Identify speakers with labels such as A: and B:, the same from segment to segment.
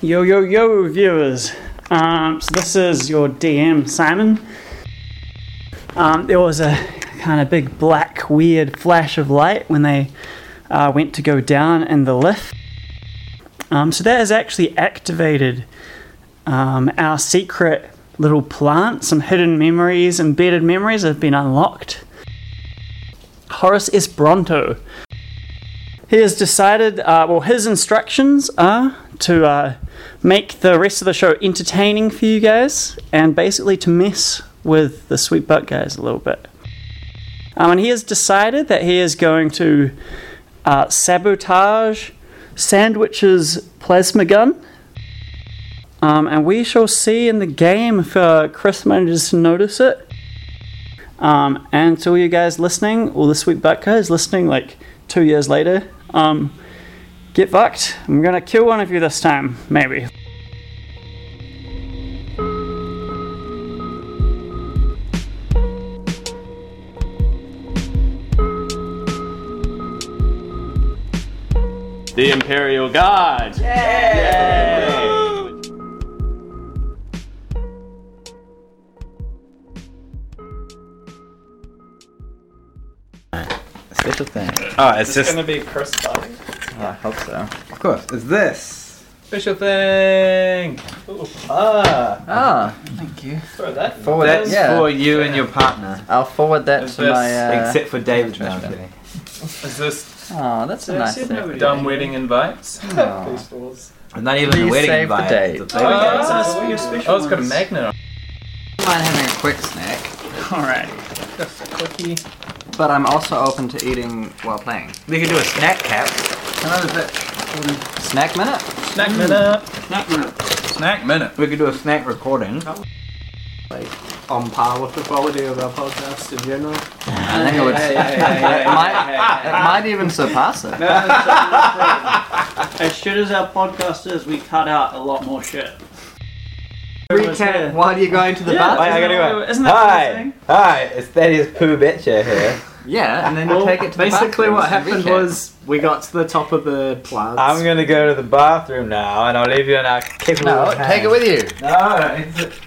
A: Yo, yo, yo, viewers. Um, so this is your DM, Simon. Um, there was a kind of big black, weird flash of light when they uh, went to go down in the lift. Um, so that has actually activated um, our secret little plant. Some hidden memories, embedded memories have been unlocked. Horace Esperanto. He has decided, uh, well, his instructions are to uh, make the rest of the show entertaining for you guys and basically to mess with the Sweet Butt guys a little bit. Um, and he has decided that he is going to uh, sabotage Sandwich's plasma gun. Um, and we shall see in the game if uh, Chris manages to notice it. Um, and to all you guys listening, all the sweet butt guys listening, like two years later, um, get fucked. I'm gonna kill one of you this time, maybe.
B: The Imperial Guard.
C: Special thing.
B: Oh, it's just
D: gonna be Chris starting.
C: Oh, I hope so. Of course. It's this.
D: Special thing. Ooh, ah,
C: Ah, thank you.
D: throw that.
B: forward.
C: That's
B: That's
C: yeah.
B: for you and your partner,
C: I'll forward that
D: Is
C: to
D: this-
C: my. Uh,
B: except for David. No, I'm
C: trash
B: kidding.
D: Is this
C: oh, that's a nice Ah. thing.
D: dumb wedding invites?
C: Aw.
D: Festivals.
B: I'm not even
C: Please
B: a wedding
C: save the
B: invite.
C: date.
B: It's a
C: There we
B: thing.
C: go.
D: Oh,
A: That's one of your special
D: oh, it's got a
A: ones.
D: magnet on.
C: Don't mind having a quick snack,
A: Alright.
D: it. Just a quickie.
C: but I'm also open to eating while playing.
B: We could do a snack cap.
C: Another bitch. Snack minute.
E: Hmm.
D: Snack minute.
A: Not gonna-
D: Snack minute.
B: We could do a snack recording.
E: on par with the quality of our podcast in general.
C: I think it would.
D: Hey, hey, hey, hey,
C: it might,
D: hey, hey,
C: it might even surpass it.
A: As shit as our podcast is, we cut out a lot more shit.
C: Recap. Why are you going to the
A: Yeah.
C: bathroom?
A: Wait, I gotta go. Oh, Isn't that the
B: Hi,
A: thing?
B: hi, it's Thaddeus Pooh Betcher here.
C: Yeah, and then you take it to the
E: basically,
C: bathroom
E: what
C: to
E: happened
C: recap.
E: was we got to the top of the plants.
B: I'm gonna go to the bathroom now, and I'll leave you in our capable
C: No,
B: hands.
C: take it with you.
B: No, it's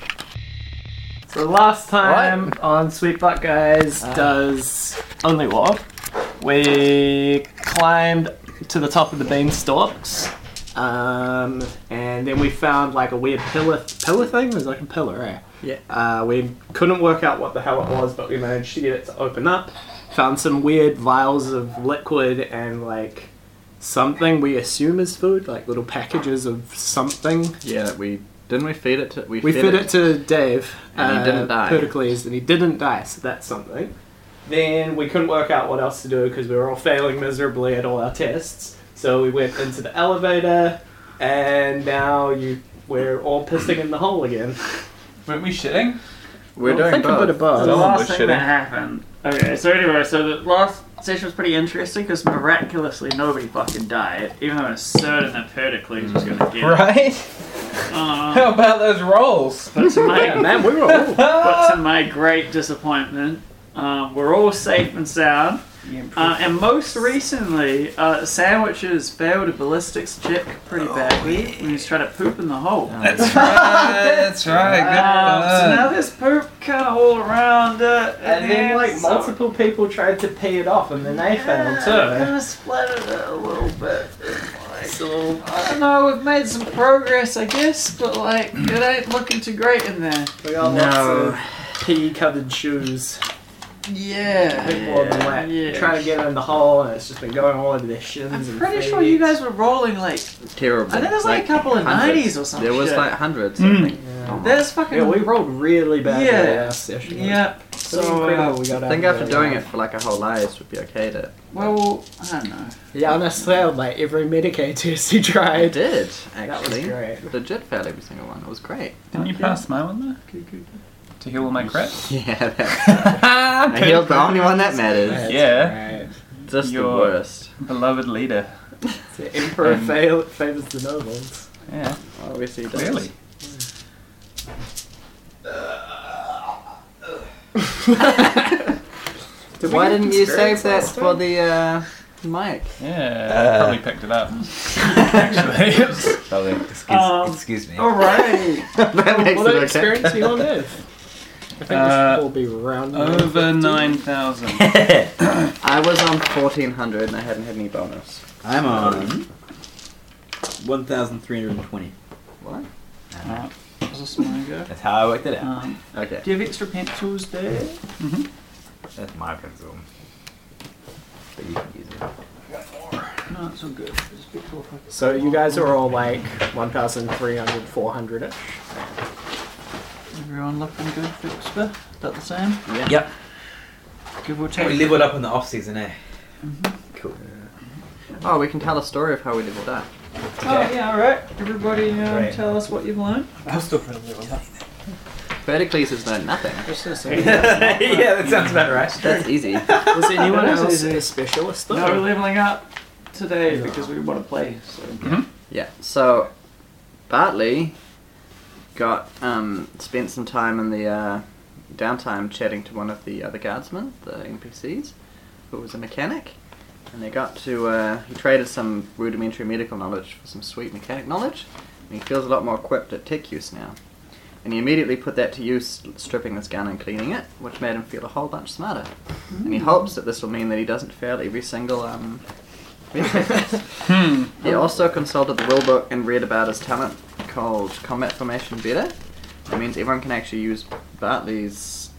E: so last time on Sweet Butt Guys does only war. We climbed to the top of the beanstalks, um, and then we found like a weird pillar pillar thing. It was like a pillar, eh?
C: Yeah.
E: Uh, we couldn't work out what the hell it was, but we managed to get it to open up. Found some weird vials of liquid and like something we assume is food, like little packages of something.
C: Yeah, that we didn't we feed it to we,
E: We fed it to Dave,
C: And he
E: uh,
C: didn't die.
E: Pericles, and he didn't die, so that's something. Then we couldn't work out what else to do because we were all failing miserably at all our tests. So we went into the elevator, and now you we're all pissing in the hole again.
D: Weren't we shitting?
C: We're
E: I think a bit of both.
A: the
D: Someone
A: last
D: was
A: thing
D: shitting.
A: that happened. Okay, so anyway, so the last session was pretty interesting because miraculously nobody fucking died, even though I was certain that Pericles was gonna get it.
D: Right?
A: Uh,
D: How about those rolls?
A: but, to
E: Yeah,
A: my,
E: man, we were all. Uh,
A: but to my great disappointment, um, we're all safe and sound. Uh, and most recently, uh, Sandwiches failed a ballistics check pretty
E: Oh,
A: badly when he was trying to poop in the hole.
B: That's
D: that's right. Good
B: Uh,
A: Um, so now there's poop kind of all around it.
E: And then, like,
A: so-
E: multiple people tried to pee it off, and then they failed too.
A: kind of splattered it a little bit. I don't know, we've made some progress, I guess, but like, it ain't looking too great in there.
E: We got
C: No.
E: lots of pee covered shoes.
A: Yeah.
E: bit more than that.
A: Yeah.
E: Trying to get in the hole, and it's just been going all over their shins.
A: I'm
E: and
A: pretty
E: feet.
A: sure you guys were rolling like,
C: Terrible.
A: I think it was like, a couple of
C: hundreds.
A: 90s or something.
C: There was like hundreds. I think.
A: There's fucking.
E: Yeah, we rolled really bad.
A: Yeah.
E: Yeah. Last session.
A: yeah.
E: So
A: So, uh,
E: we got
C: I think after doing it for like a whole lives would be okay to.
A: well, I don't know.
E: Giannis failed like every Medicaid test he
C: I
E: tried.
C: did
E: That was
C: actually.
E: great.
C: Legit failed every single one. It was great.
D: Didn't you pass my one though? To heal all my crap?
C: Yeah. That, I healed the only one that matters.
E: That's
D: Yeah.
E: great.
C: Just
D: Your-
C: the worst.
D: Beloved leader.
E: The emperor
D: Um,
E: fail, favors the nobles.
D: Yeah.
C: Obviously, does.
D: Really?
E: Did we
C: Why
E: get
C: didn't you save
E: experience
C: that
E: last
C: for
E: time?
C: the uh, mic?
D: Yeah. I
B: Uh.
D: probably picked it up. Actually.
F: Probably. Excuse,
G: Um,
F: excuse me.
H: Alright.
C: that makes
H: what an
C: it okay.
H: experience you on Earth. I think
A: Uh,
H: this will be round.
A: Over 9,000.
C: I was on 1400 and I hadn't had any bonus.
B: I'm on 1,320.
C: What?
A: Uh, was this my go?
F: That's how I worked it out.
A: Um,
C: Okay.
A: do you have extra pencils there?
F: That's my pencil. But you can use it.
A: No, it's all good. It's a bit cool if I-
H: So you guys are all like 1,300, 400 ish.
A: Everyone looking good, Fixper? About the same?
C: Yeah.
F: Yep.
A: Give or take.
B: We leveled up in the off season, eh?
F: Cool.
C: Oh, we can tell a story of how we leveled up.
A: Oh, yeah, alright. Everybody um,
F: Great.
A: tell us what you've learned.
H: I'm still pretty little.
C: Pericles has learned nothing.
B: yeah, that sounds about right.
C: That's easy.
H: Was anyone
A: That
H: else
A: is easy.
H: a specialist though?
A: No, we're leveling up today because we want to play. So.
C: Mm-hmm. Yeah. So, Bartley got um, spent some time in the uh, downtime chatting to one of the other guardsmen, the NPCs, who was a mechanic, and they got to uh, he traded some rudimentary medical knowledge for some sweet mechanic knowledge, and he feels a lot more equipped at tech use now. And he immediately put that to use, stripping this gun and cleaning it, which made him feel a whole bunch smarter. And he hopes that this will mean that he doesn't fail every single um, venture test. He also consulted the will book and read about his talent called Combat Formation Better. That means everyone can actually use Bartley's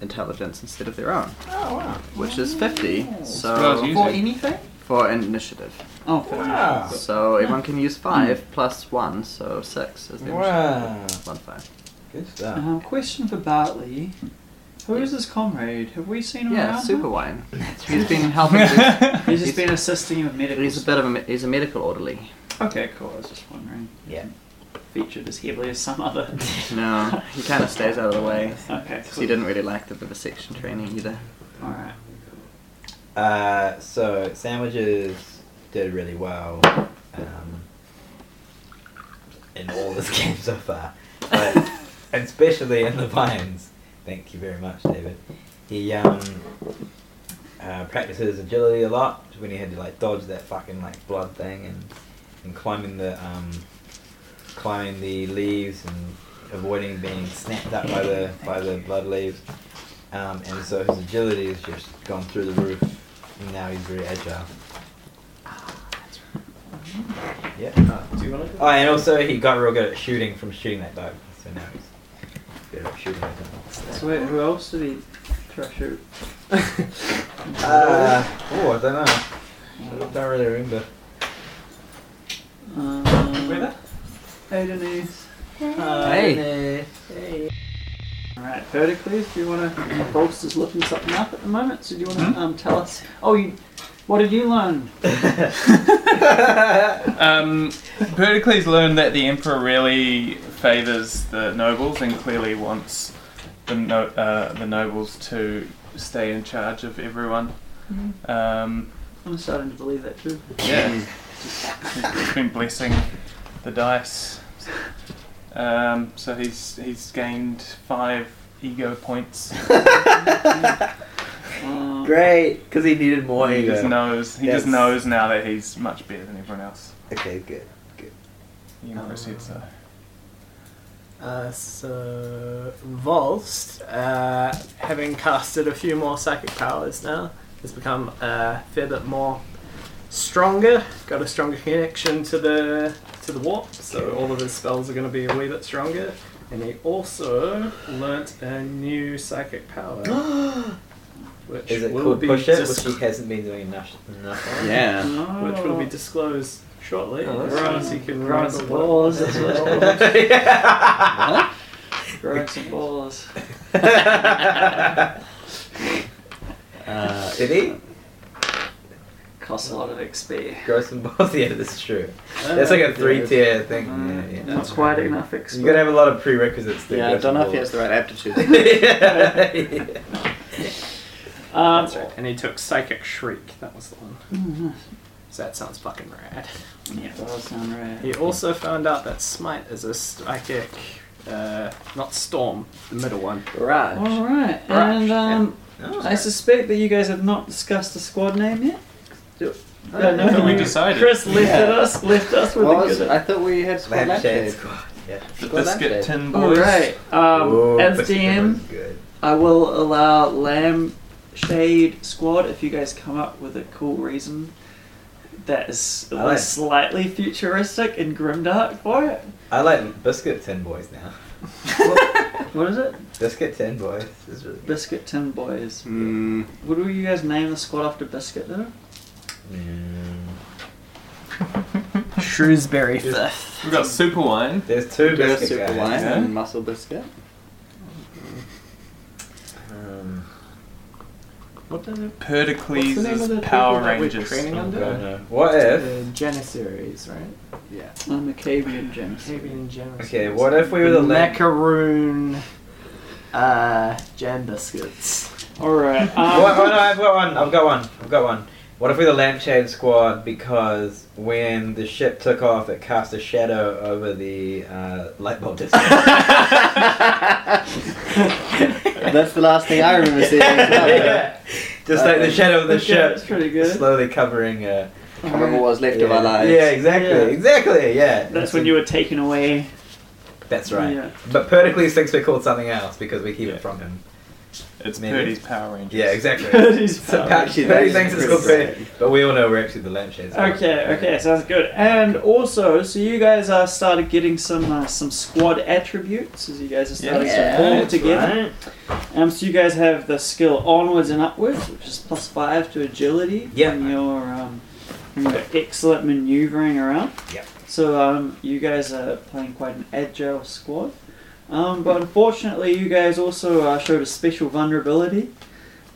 C: intelligence instead of their own.
H: Oh, wow.
C: Which is 50,
A: Well, it's
C: so
A: used.
G: For anything?
C: for an initiative.
A: Oh, fair enough.
B: Wow.
C: So everyone can use 5 plus 1, so 6 is the
B: Wow.
C: initiative. 1 5.
B: Good stuff.
A: Um, question for Bartley. Who is his comrade? Have we seen him
C: Yeah,
A: around?
C: Super Wine. He's been helping. with-
A: He's just been assisting you with medical.
C: He's a bit of a me- he's a medical orderly.
A: Okay, cool. I was just wondering.
F: Yeah.
A: Featured as heavily as some other.
C: No, he kind of stays out of the way.
A: okay,
C: 'cause
A: cool.
C: he didn't really like the vivisection training either.
A: Alright.
B: Uh, so sandwiches did really well um, in all this game so far, but and especially in the vines. Thank you very much, David. He um, uh, practices agility a lot when he had to like dodge that fucking like blood thing and and climbing the um, climbing the leaves and avoiding being snapped up by the by the blood leaves. Um, and so his agility has just gone through the roof. And now he's very agile. Yeah.
H: Uh, Do you want to?
B: Oh, and also he got real good at shooting from shooting that dog. So now he's good at shooting that dog.
A: So wait, who else did he thrash out?
B: Uh, oh, I don't know. I don't really remember.
A: Um, Hey, Denise. Oh,
C: Hey!
A: Alright, Pericles, do you want to... Bolster's looking something up at the moment, so do you want to
C: Hmm?
A: um, tell us... Oh, you, what did you learn?
H: Um,
A: Pericles
H: learned that the emperor really favors the nobles and clearly wants the no, uh, the nobles to stay in charge of everyone. Um,
A: I'm starting to believe that too.
H: yeah, he's been blessing the dice. Um, so he's he's gained five ego points.
A: Uh,
F: Great, because he needed more
H: He just knows he just
B: Yes.
H: knows now that he's much better than everyone else.
B: Okay, good.
H: You said so.
E: Uh, so Volst, uh, having casted a few more psychic powers now, has become uh, a fair bit more stronger. Got a stronger connection to the to the warp, so all of his spells are going to be a wee bit stronger. And he also learnt a new psychic power, which
B: Is it
E: will
B: called
E: be
B: push it?
E: dis-
B: Which he hasn't been doing enough. enough on.
C: Yeah.
A: Oh.
E: which will be disclosed shortly.
B: Oh, that's
E: Right, so you can
A: Growing
E: remember
A: some
E: what-
A: balls, that's what it's
C: Huh?
A: called. Growing some balls.
B: Uh, did he
A: Costs a lot of XP.
B: grow some balls? Yeah, this is true.
C: Oh,
B: It's like a three tier thing.
A: Mm,
B: yeah, yeah.
A: Not quite enough XP.
B: You gotta have a lot of prerequisites. to
C: uh-huh. Yeah, I
B: grow some
C: don't know if he
B: balls.
C: has the right aptitude.
B: yeah.
A: um,
E: That's right. And he took Psychic Shriek. That was the one.
B: Mm-hmm.
A: mm,
E: So that sounds fucking rad.
A: Yeah, that does sound right.
E: He also found out that Smite is a psychic, uh, not Storm, the middle one.
C: Garage.
A: Alright,
E: Right,
B: Oh,
A: and um, I suspect that you guys have not discussed the squad name yet. No, no,
H: we
A: you-
H: decided.
A: Chris left us, left us with
C: Well,
A: the good.
C: I thought we had squad
B: Lab Shade
C: lampshades.
B: Squad. Yeah.
H: The
C: Well, that's
H: biscuit
C: it.
H: tin
A: All
H: boys.
A: right.
B: Ooh,
A: Um, as
B: but it
A: DM,
B: was good.
A: I will allow Lamb Shade Squad if you guys come up with a cool reason that is at
B: I like-
A: least slightly futuristic and grimdark for it.
B: I like Biscuit Tin Boys now.
A: What is it?
B: Biscuit Tin Boys is really good.
A: Biscuit Tin Boys.
E: Hmm.
C: Mm,
A: What do you guys name the squad after Biscuit though?
B: Mm.
E: Shrewsbury Fifth.
H: We've got super wine.
B: There's two
C: Beer
B: biscuit
C: super
B: guys.
C: wine
H: yeah.
C: and muscle biscuit.
B: Um,
E: What the
H: Pericles
E: What's the name of
H: is
E: the
H: Power
E: people that we're
H: Rangers.
E: training
B: I
E: under?
B: don't know. What if?
E: The Janissaries, right?
C: Yeah.
A: I'm a Cavian Jim.
E: Octavian Janissaries.
B: Okay, what if we were the
E: the
B: lamp?
E: macaroon uh, jam biscuits?
A: All right. Um,
B: What, oh no, I've got one. I've got one. I've got one. What if we're the lampshade squad because when the ship took off, it cast a shadow over the uh, light bulb district?
C: That's the last thing I remember seeing. as well.
B: Yeah. Just like the shadow of the
A: Um, okay,
B: ship
A: That's pretty good.
B: slowly covering uh,
C: Remember what was left
B: yeah.
C: of our lives.
B: Yeah, exactly,
A: Yeah.
B: exactly. Yeah,
A: That's when you were taken away.
B: That's right.
A: Yeah.
B: But Pericles thinks we're called something else because we keep
H: Yeah.
B: it from him.
H: It's
B: Maybe.
H: Purdy's Power Rangers.
B: Yeah, exactly.
A: Purdy's
B: so
A: Power
B: Pericles
C: Rangers.
B: thinks it's called
C: Pretty
B: Pericles, but we all know we're actually the lampshade. squad.
A: Okay, okay, sounds good. And also, so you guys are started getting some uh, some squad attributes as you guys are starting
B: Yeah,
A: to form
B: that's
A: together. Um, so you guys have the skill onwards and upwards, which is plus five to agility
B: Yeah.
A: from your um, from your excellent maneuvering around.
B: Yep.
A: So um, you guys are playing quite an agile squad. Um, but unfortunately, you guys also uh, showed a special vulnerability.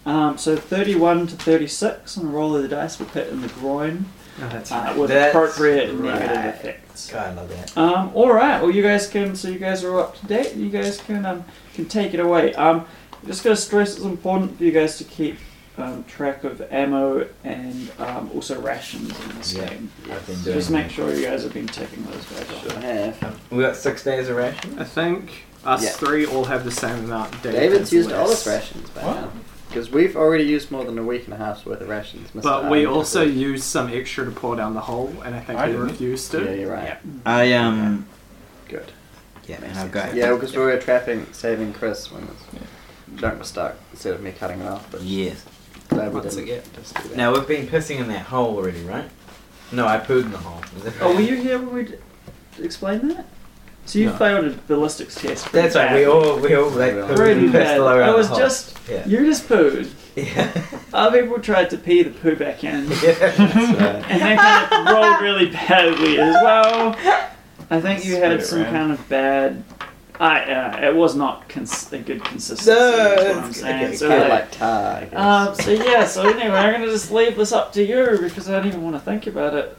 A: Um, so 31 to 36 on a roll of the dice will hit in the groin
E: Oh, that's
A: uh, with
B: That's
A: appropriate
B: right.
A: negative effects.
B: God, I love that.
A: Um, all right. Well, you guys can. So you guys are up to date. You guys can um, can take it away. Um, I'm just gonna stress it's important for you guys to keep um, track of ammo and um, also rations in this
B: Yeah.
A: game.
B: I've been
A: So
B: doing
A: just make sure you guys have been taking those guys off.
C: Yeah.
B: We got six days of ration.
E: I think us
C: Yeah.
E: three all have the same amount. David
C: David's
E: has
C: used
E: less.
C: all his rations by now. Because we've already used more than a week and a half's worth of rations. Mr.
E: But we
C: Arrington.
E: also used some extra to pour down the hole, and I think
H: I
E: we
H: didn't.
E: refused to.
C: Yeah, you're right.
B: Yeah. I um.
C: Good.
B: Yeah, man, I've got.
C: Yeah, because we were trapping, saving Chris when Junk was stuck instead of me cutting it off. But
B: Yes.
C: glad we
B: What's
C: didn't.
B: it get?
C: Just do that.
B: Now we've been pissing in that hole already, right? No, I pooed in the hole. Was it-
A: Oh, were you here when we d- explained that? So you
B: No.
A: failed a ballistics test. pretty
B: That's right. We
A: bad.
B: all we all like pooed
A: Pretty
B: and pissed
A: bad.
B: all around
A: I was
B: the hole.
A: just
B: yeah.
A: you just pooed.
B: Yeah.
A: Other people tried to pee the poo back in.
B: yeah.
A: and they kind of rolled really badly as well. I think you had
H: Split it
A: some
H: around.
A: kind of bad. I uh, it was not cons- a good consistency. is what I'm
B: it's-
A: saying.
B: okay,
A: so,
C: Kinda
A: like,
C: like tar, I guess.
A: um, so yeah. So anyway, I'm gonna just leave this up to you because I don't even want to think about it.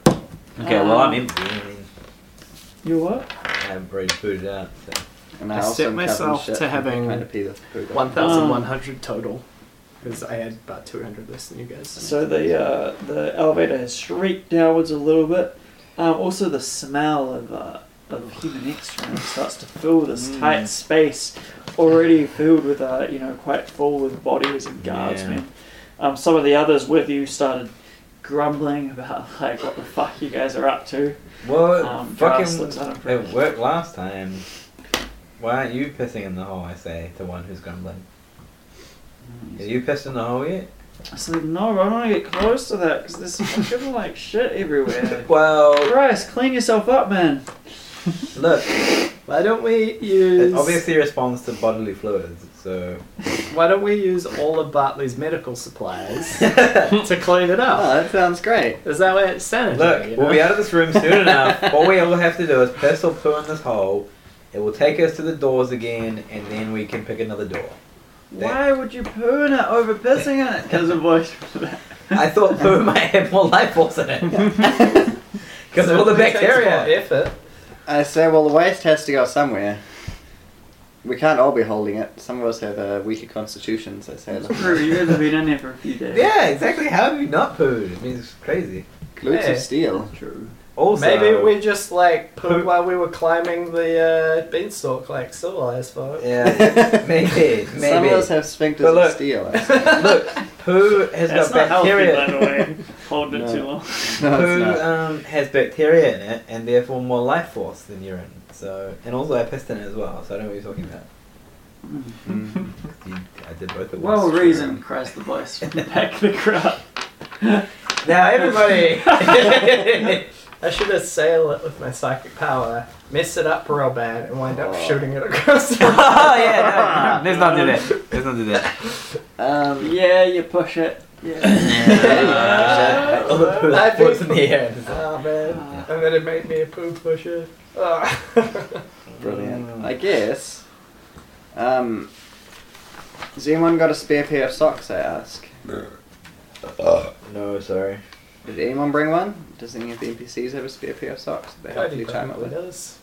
B: Okay. Well, I'm empty. I mean,
A: You what?
B: I've already pooed it out. So.
C: and
E: I
C: also
E: set
C: am covered in
E: myself
C: shit
E: to
C: and
E: having
C: trying to pee the food.
E: One thousand one hundred total, because I had about two hundred less than you guys.
A: So the uh, the elevator has shrieked downwards a little bit. Um, also, the smell of uh, of human excrement starts to fill this tight space, already filled with uh, you know quite full with bodies and guardsmen. Um, some of the others with you started grumbling about like what the fuck you guys are up to.
B: Well,
A: Um, Jarvis looks
B: fucking,
A: unimpressed.
B: it worked last time. Why aren't you pissing in the hole? I say to one who's grumbling.
A: Mm.
B: Have you pissed in the hole yet?
A: I said no, but I want to get close to that because there's fucking like shit everywhere.
B: Well,
A: Christ, clean yourself up, man.
B: look,
E: why don't we
B: it
E: use?
B: obviously responds to bodily fluids, so
E: Why don't we use all of Bartley's medical supplies to clean it up?
C: Oh, that sounds great.
E: Is that way it's sanitary?
B: Look,
E: you
B: we'll
E: know?
B: be out of this room soon enough. All we all have to do is piss or poo in this hole. It will take us to the doors again, and then we can pick another door.
A: Why would you poo in it over pissing in it? There's a voice for that.
B: I thought poo might have more life force in it. Because of all the
E: It takes more
B: bacteria.
E: Effort.
C: I say, well, the waste has to go somewhere. We can't all be holding it. Some of us have uh, weaker constitutions, I say. Like,
A: True, you guys have been in there for a few days.
B: Yeah, exactly. How have you not pooed? I mean, it's crazy.
C: glutes
E: Hey.
C: of steel.
A: True.
B: Also,
E: Maybe we just like put
B: Poop.
E: while we were climbing the uh, beanstalk like civilized folk.
B: Yeah, maybe,
C: Some of us
B: maybe.
C: have sphincters
B: But look-
C: of steel. I say.
B: Look, poo has
A: That's
B: got
A: not healthy, by
B: bacteria.
A: the way. Holding
B: No.
A: it too long.
C: No, it's
B: who
C: not.
B: um, has bacteria in it and therefore more life force than urine. So and also I pissed in it as well. So I don't know what you're talking about.
C: Mm.
B: You, I did both at
A: Well
B: once.
A: reasoned, cries the voice from the back of the crowd.
B: Now everybody.
E: I should assail it with my psychic power, mess it up real bad, and wind up shooting it across the room. Ah,
B: oh yeah, no, let's not do that. Let's not do that.
C: Um,
A: Yeah, you push it. Yeah.
B: Uh, all the poo
E: I
B: floats in
E: think-
B: the air.
E: Oh man. And then it made me a poo pusher. Oh.
C: brilliant. I guess. Um, has anyone got a spare pair of socks? I ask.
B: No, sorry.
C: Did anyone bring one? Does any of the NPCs have a spare pair of socks that they helpfully time up
E: probably
C: with?
E: does.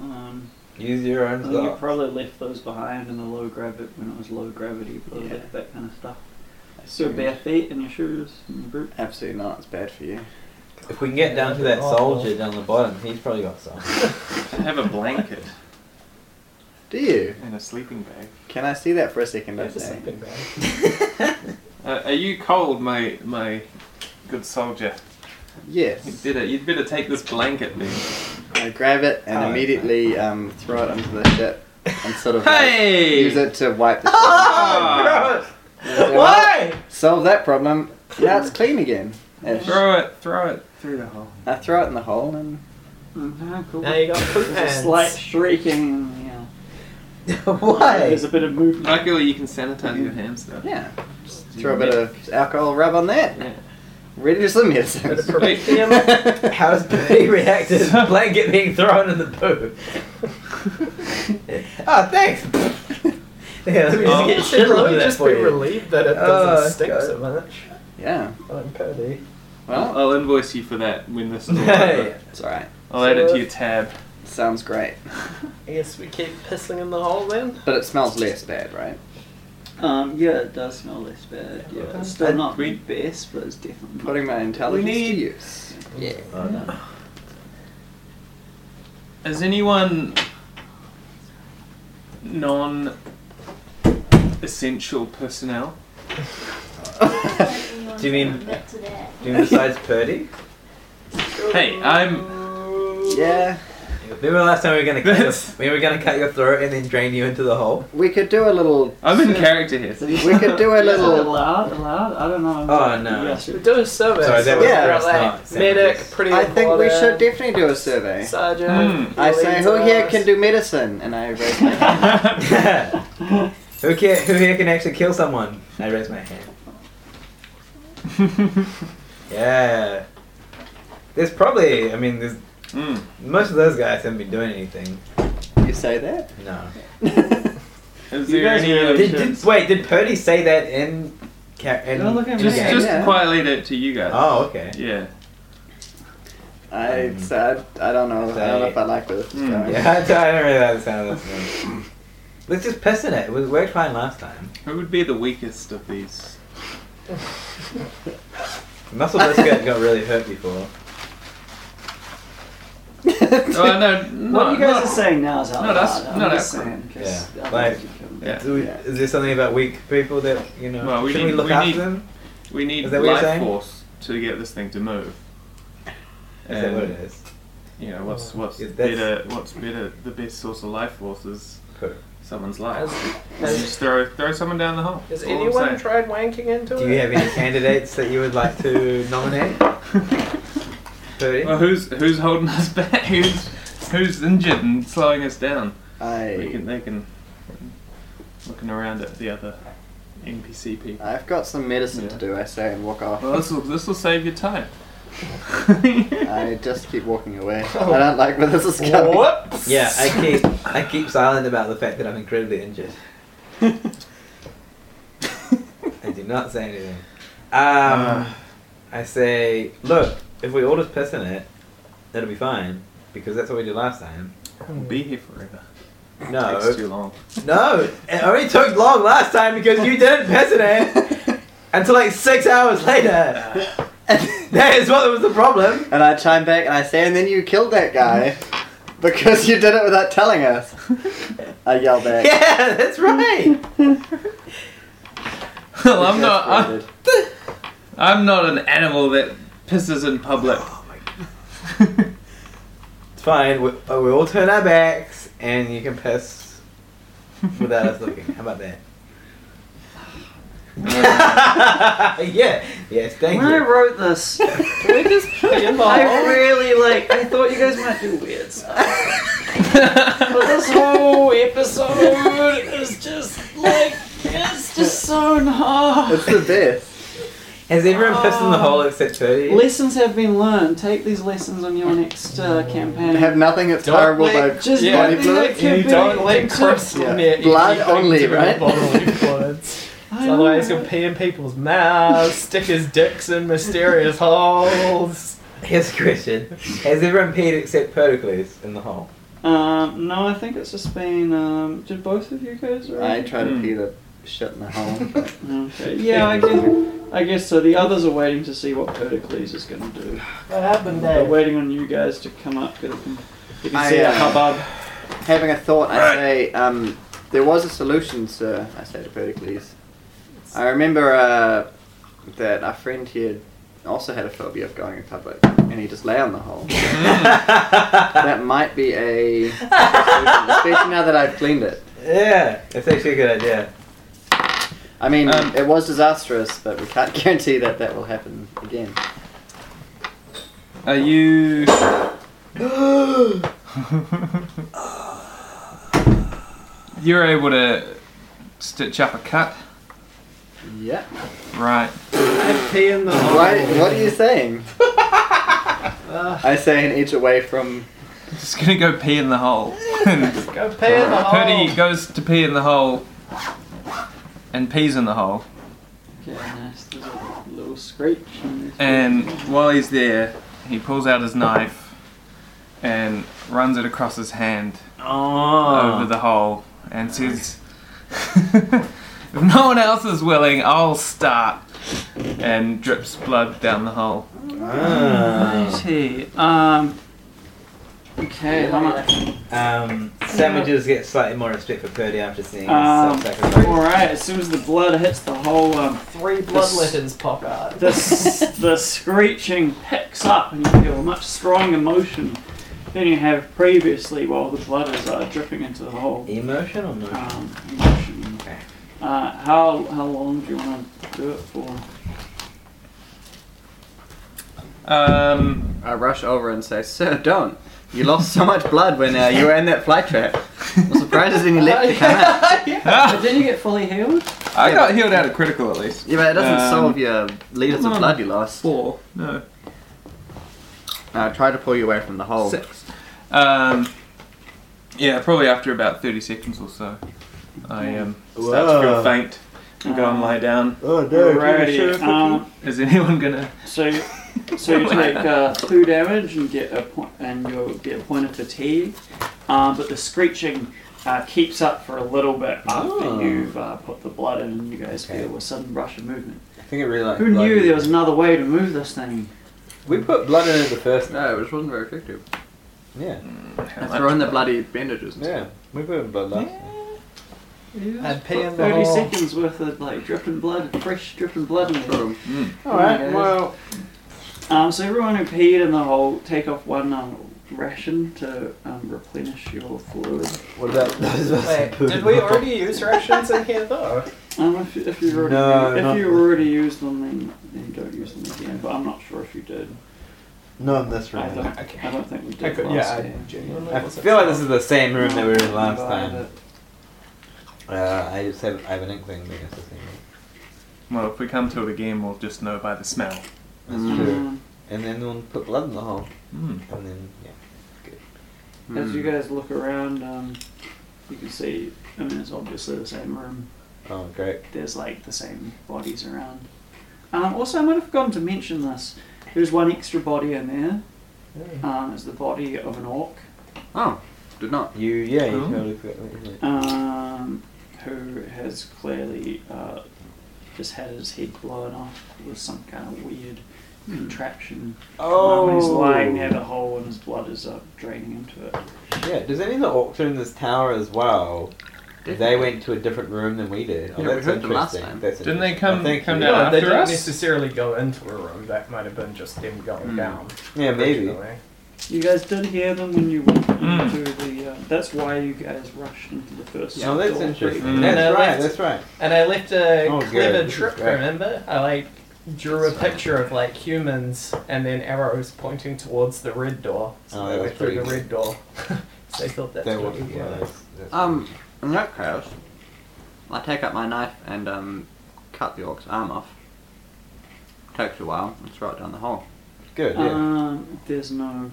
A: Um,
B: Use your
A: I
B: own
A: think you
B: stuff.
A: probably left those behind in the low gravity when it was low gravity. Probably
C: Yeah.
A: left that kind of stuff. So your
C: Assume-
A: bare feet and your shoes and your boots.
C: Absolutely not. It's bad for you.
B: If we can get down to that
C: Oh.
B: soldier down the bottom, he's probably got some.
I: I have a blanket
C: Do you?
I: and a sleeping bag.
C: Can I see that for a second?
E: That's a
C: okay?
E: sleeping bag.
I: Uh, are you cold, my my good soldier? You
C: Yes.
I: better, you'd better take this blanket then.
C: I grab it and
B: Oh,
C: immediately um, throw it onto the ship and sort of like,
I: Hey!
C: use it to wipe the ship.
A: Oh,
I: Ah,
C: Why? Solve that problem. Now it's clean again. And
I: throw it, throw it through the hole.
C: I throw it in the hole and
A: Okay, Mm-hmm, cool.
E: Now you got poop
A: There's a
E: hands.
A: slight shrieking and yeah.
B: Why?
A: There's a bit of movement.
I: Luckily, you can sanitize your hands though.
C: yeah, just throw a bit of alcohol rub on that.
I: Yeah.
C: Ready to swim medicine.
E: Bit of propium.
B: How does Billy react to his blanket being thrown in the poo? oh, thanks. yeah, let me just
I: Oh.
B: get
E: Should
B: shit
E: really
B: loaded
E: just
B: for
E: be
B: you.
E: relieved that it doesn't
B: Oh,
E: stink
B: God.
E: so much.
C: yeah.
E: I'm petty.
C: Well,
I: I'll invoice you for that when this is all
B: Hey.
I: over.
C: it's alright.
I: I'll add it to your tab.
C: Sounds great,
E: I guess we keep pissing in the hole then.
C: but it smells less bad, right?
A: Um, yeah, it does smell less bad. Yeah, it's still
B: And
A: not the
I: we-
A: best, but it's definitely not
C: Putting my intelligence
I: need-
C: to use. Yeah.
B: Oh, no.
I: Is anyone non essential personnel?
B: Do you mean-
J: Back to that.
B: Do you besides Purdy?
I: Hey, I'm.
C: Yeah.
B: Remember last time we were gonna cut your,
I: That's-
B: we were gonna cut your throat and then drain you into the hole.
C: We could do a little.
I: I'm in character here.
A: So you-
C: We could do a
A: Is it
C: little.
A: allowed? Allowed? I don't know.
B: Oh, no.
A: Yeah, sure.
E: We do a service.
B: Sorry, that
C: was-
E: We're
C: that's
E: like,
B: not-
E: medic,
B: that's-
E: pretty
C: I think we
E: important,
C: should definitely do a survey.
E: Sergeant.
I: Hmm.
C: I
E: your
C: say,
E: leads
C: who here
E: us.
C: can do medicine? And I raise my hand.
B: who can who here can actually kill someone? I raise my hand. Yeah. There's probably I mean there's
I: Mm.
B: most of those guys haven't been doing anything.
C: You say that?
B: No.
I: Is
A: You
I: there
A: guys
I: any?
A: really
I: um,
B: Did, did, wait, did Purdy say that in? Ca- in
A: Don't look at me.
I: just
B: game?
I: just
C: Yeah.
I: quietly that to you guys.
B: Oh, okay.
I: Yeah.
C: I
B: Um,
C: said, I don't know. I don't know if I like where this is
I: Mm,
C: going.
B: Yeah, I don't- I don't really like the sound of this one. Let's just piss in it. It worked fine last time.
I: Who would be the weakest of these?
B: Muscle biscuit got really hurt before.
I: Oh no, no.
A: what you guys
I: not-
A: are saying now is allowed.
I: no, that's-
A: I'm
I: no,
A: just
I: that's-
A: saying, 'cause
B: yeah,
A: otherwise
B: like-
A: you couldn't.
I: Yeah.
B: Do we-
C: Yeah.
B: Is there something about weak people that you know?
I: Well, we
B: should
I: need-
B: we look
I: we
B: after
I: need-
B: them?
I: We need
B: Is that what you're
I: life
B: saying?
I: force to get this thing to move.
B: Is that what it
I: And,
B: is? Oh,
I: You know what's what's
B: Yeah, that's-
I: better? What's better? The best source of life force is
B: Cool.
I: someone's life.
E: Has-
I: You just throw throw someone down the hole.
E: Has
I: That's all I'm
E: anyone
I: saying.
E: tried wanking into
B: Do
E: it?
B: you have any candidates that you would like to nominate? Purdy.
I: Well, who's who's holding us back? Who's who's injured and slowing us down? They
C: I,
I: can they can looking around at the other NPC people.
C: I've got some medicine
I: Yeah.
C: to do, I say, and walk off.
I: Well, this will this will save your time.
C: I just keep walking away.
I: Oh.
C: I don't like where this is going.
E: Whoops.
B: Yeah, I keep I keep silent about the fact that I'm incredibly injured. I do not say anything. Um, I say, look, if we all just piss in it, it'll be fine because that's what we did last time.
I: We'll be here forever. Takes
B: No,
I: too long.
B: no, it only took long last time because you didn't piss in it until like six hours later. that is what was the problem.
C: And I chime back and I say, and then you killed that guy because you did it without telling us. I yell back.
B: Yeah, that's right.
I: well, I'm not. I'm,
C: Frustrated.
I: I'm not an animal that pisses in public.
B: It's fine. We, uh, we all turn our backs, and you can piss without us looking. How about that? yeah. Yes. Thank
A: When I
B: you.
A: wrote this, I really like. I thought you guys might do weird stuff, but this whole episode is just like it's just so hard.
C: It's the best.
B: Has everyone pissed in the hole except Cody?
A: Lessons have been learned. Take these lessons on your next uh, campaign.
C: Have nothing that's
H: Don't
C: horrible
H: let-
C: about
A: just
I: Yeah.
C: body
A: nothing that
C: fluids.
A: can
H: You
A: be
H: don't let
A: just-
H: Chris
C: Yeah.
H: near
C: Blood
H: anything
C: only,
H: to do with
C: right?
H: bodily fluids.
A: I know,
H: Otherwise,
A: right?
H: you'll pee in people's mouths, stick his dicks in mysterious holes.
B: Here's a question. Has everyone peed except Pericles in the hole?
A: Um, no, I think it's just been. Um, did both of you guys?
C: I
A: Already?
C: try to
H: Hmm.
I: Mm.
C: pee the shit in the hole. but-
A: Okay. Yeah, I guess. I guess so. The others are waiting to see what Pericles is going to do.
H: What happened
A: They're waiting on you guys to come up. Cause you can
C: I,
A: see
C: uh,
A: a hubbub.
C: Having a thought, I say, um, there was a solution, sir, I say to Pericles. I remember uh, that our friend here also had a phobia of going in public, and he just lay on the hole. that might be a solution, especially now that I've cleaned it.
B: Yeah, that's actually a good idea.
C: I mean,
I: Um,
C: it was disastrous, but we can't guarantee that that will happen again.
I: Are you? You're able to stitch up a cut,
C: Yeah.
I: right?
H: Pee in the hole. Uh,
C: Why, what are you saying? I say an inch away from.
I: Just gonna go pee in the hole. And
H: Go pee in the hole.
I: Purdy goes to pee in the hole and pees in the hole.
A: Okay, nice. There's a little screech. And Um,
I: And while he's there, he pulls out his knife and runs it across his hand over the hole and says, If no one else is willing, I'll start. And drips blood down the hole.
B: Ah.
A: Righty. Um. Okay, how much?
B: Um, sandwiches get slightly more respect for Purdy after seeing his
A: Um,
B: self-sacrifice.
A: Alright, as soon as the blood hits the hole, um,
H: Three bloodletters pop out.
A: the, s- the screeching picks up and you feel a much strong emotion than you have previously while the blood is uh, dripping into the hole.
B: Emotion or no?
A: Um, emotion.
B: Okay.
A: Uh, how, how long do you want to do it for?
I: Um,
C: I uh, rush over and say, Sir, don't. You lost so much blood when uh, you were in that flight trap. I'm surprised it didn't let you come out.
E: Ah.
A: But then you get fully healed?
I: I got healed out of critical at least.
C: Yeah, but it doesn't
I: Um,
C: solve your liters of
I: no.
C: blood you lost.
I: Four. No.
C: I try to pull you away from the hole.
I: Six. Um, yeah, probably after about 30 seconds or so, I um, start to feel
B: Whoa.
I: faint and go and lie down.
B: Oh
A: Um, Alrighty. Um,
I: Is anyone gonna.
A: so, so you take uh, two damage and get a point, and you'll get a point of fatigue. Um, but the screeching uh, keeps up for a little bit after
B: Oh.
A: you've uh, put the blood in, and you guys
B: Okay.
A: feel a sudden rush of movement.
B: I think it really likes
A: Who
B: blood.
A: knew there was another way to move this thing?
B: We put blood in it the first night.
C: No, which wasn't very effective.
B: Yeah.
C: I throw in the bloody bandages. and
B: Yeah. We put in blood last night.
H: And pee in the
A: Thirty
H: hole.
A: seconds worth of like dripping blood, fresh dripping blood. In
C: stuff.
A: there.
C: Boom.
B: Alright,
A: Yeah.
B: well.
A: Um, so everyone who peed in the hole, take off one um, ration to um, replenish your fluid.
B: What about those of us
H: Wait,
B: who put
H: did
B: in
H: we
B: blood?
H: already use rations in here though?
A: Um, if, if you already
B: No,
A: if
B: not-
A: you already used them, then, then don't use them again. But I'm not sure if you did.
B: No, in this
A: I
B: room.
A: don't. I don't think we did.
H: I could,
A: last
H: yeah,
A: year.
H: I genuinely
B: I
H: wasn't
B: feel like this
H: sure.
B: is the same room that we were in
A: No,
B: last
A: but
B: time.
A: it-
B: Uh, I just have, I have an inkling that it's the same room.
I: Well, if we come to it again, we'll just know by the smell.
B: That's true.
A: Um,
B: And then we'll put blood in the hole.
E: Hmm.
I: Mm.
B: And then, yeah. Hmm.
A: As
C: Hmm.
A: you guys look around, um, you can see. I mean, it's obviously the same room.
B: Oh, great.
A: There's like the same bodies around. Um, also, I might have forgotten to mention this. There's one extra body in there. Um, it's the body of an orc.
C: Oh, did not.
B: You, yeah, you
I: Oh.
B: totally got it.
A: um, who has clearly uh, just had his head blown off with some kind of weird contraption. Um, and he's
B: Oh.
A: lying near the hole and his blood is uh, draining into it.
B: Yeah, does that mean the orcs are in this tower as well? They went to a different room than we did. Oh,
C: Yeah, we
B: that's
C: heard them last
B: interesting.
C: time.
B: That's
I: Didn't they
B: interesting.
I: come-
B: I think-
I: come
B: yeah.
I: down?
E: No, they
I: after
E: didn't
I: us?
E: necessarily go into a room. That might have been just them going
F: Mm.
E: down.
B: Yeah, maybe.
E: originally.
A: You guys did hear them when you went
I: Mm.
A: into
C: Hmm.
A: the. Uh, that's why you guys rushed into the first.
B: No, Oh, that's
A: door.
B: interesting.
C: Hmm.
I: Mm.
B: That's
E: And I
B: right.
E: left-
B: That's right.
E: And I left a
B: Oh, good.
E: clever
B: This is
E: trip,
B: great.
E: remember? I like drew a picture of like humans and then arrows pointing towards the red door. So
B: Oh,
E: they
B: that
E: went
B: was
E: through the
B: pretty-
E: red door. so I thought that's
B: That
E: what
B: was,
E: we
B: yeah,
E: were.
B: that's, that's
C: Um, in that case, I take out my knife and um, cut the orc's arm off. Takes a while and throw it down the hole.
B: good. Yeah.
A: Um, there's no,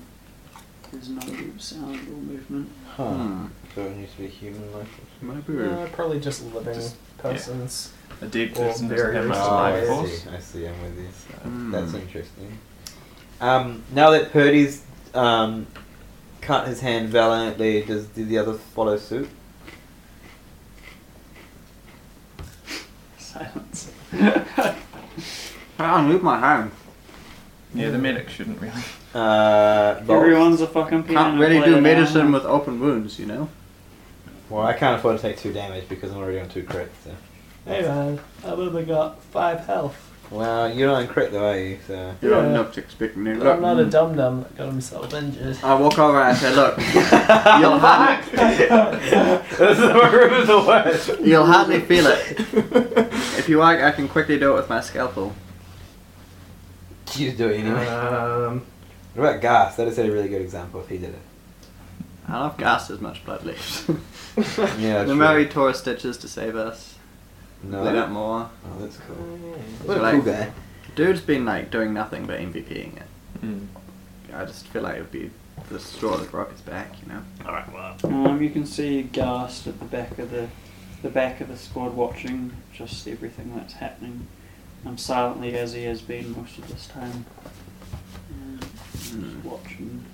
A: there's no sound or movement.
B: huh.
C: Hmm.
B: So it needs to be human license.
C: Maybe.
B: Hmm.
E: Uh, probably just living
I: Just-
E: persons.
I: A dead
E: Or
I: person doesn't
E: very
I: have much
E: Oh,
I: life
E: yeah.
B: I
I: force.
B: see. I see. I'm with you.
C: Hmm.
B: That's interesting. Um, now that Purdy's um, cut his hand valiantly, does do the others follow suit?
A: Silence.
C: I need my hand.
I: Yeah, the medic shouldn't really.
B: Uh, Volk?
A: Everyone's a fucking piano
C: Can't really
A: player
C: do
A: now.
C: medicine with open wounds, you know?
B: Well, I can't afford to take two damage because I'm already on two crits. So.
E: Hey man, I've only got five health.
B: Well, you're not on crit though, are you? So.
C: You don't
E: Yeah.
C: know what's expecting me.
E: But
C: Look,
E: I'm not a dum dum that got himself injured.
C: I walk over and I say, look, you'll, hardly,
B: this is where room is the worst.
C: you'll hardly feel it. If you like, I can quickly do it with my scalpel.
B: You do it anyway.
E: Um,
B: What about Gas? That is a really good example if he did it.
C: I don't have gas as much blood left.
B: Yeah.
C: the
B: true.
C: Mary tore us stitches to save us.
B: No.
C: They got more.
B: Oh, that's cool.
C: So,
B: What a cool
C: like,
B: guy.
C: Dude's been like doing nothing but MVPing it.
I: Mm.
C: I just feel like it would be the straw that broke his back, you know.
I: Alright, well.
A: Um, you can see Gast at the back of the, the back of the squad watching just everything that's happening, um, silently as he has been most of this time, um, just
I: Hmm.
C: Mm.
A: watching,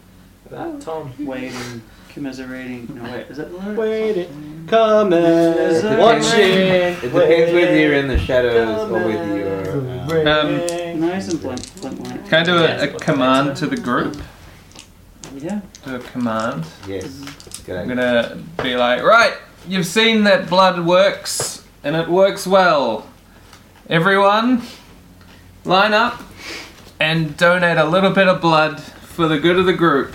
E: that Ah, Tom.
A: waiting, commiserating. No wait, is that the lyric?
E: Waiting, coming,
A: Is it
B: It
E: watching.
B: depends whether you're in the shadows
E: Come
B: or whether
E: and
B: you're. Um,
E: wait.
I: Um,
A: No, it's in Blink. Blink one.
I: Can I do
E: Yes,
I: a, a
E: what's
I: command
E: that?
I: to the group?
A: Yeah.
I: Do a command.
B: yes. Good
I: I'm
B: idea.
I: gonna be like, right, you've seen that blood works, and it works well. Everyone, line up and donate a little bit of blood for the good of the group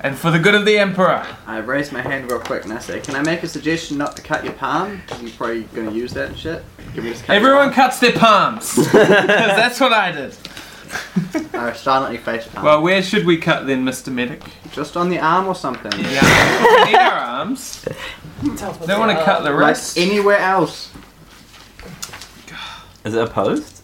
I: and for the good of the Emperor.
C: I raise my hand real quick and I say, "Can I make a suggestion not to cut your palm? 'Cause You're probably gonna use that and shit." Can we just cut your
I: Everyone cuts their palms, because that's what I did.
C: palm? I silently face palm.
I: Well, where should we cut then, Mr. Medic?
C: just on the arm or something.
I: Yeah, need our arms. Don't want to cut the
C: Like
I: wrist.
C: anywhere else.
B: Is it opposed?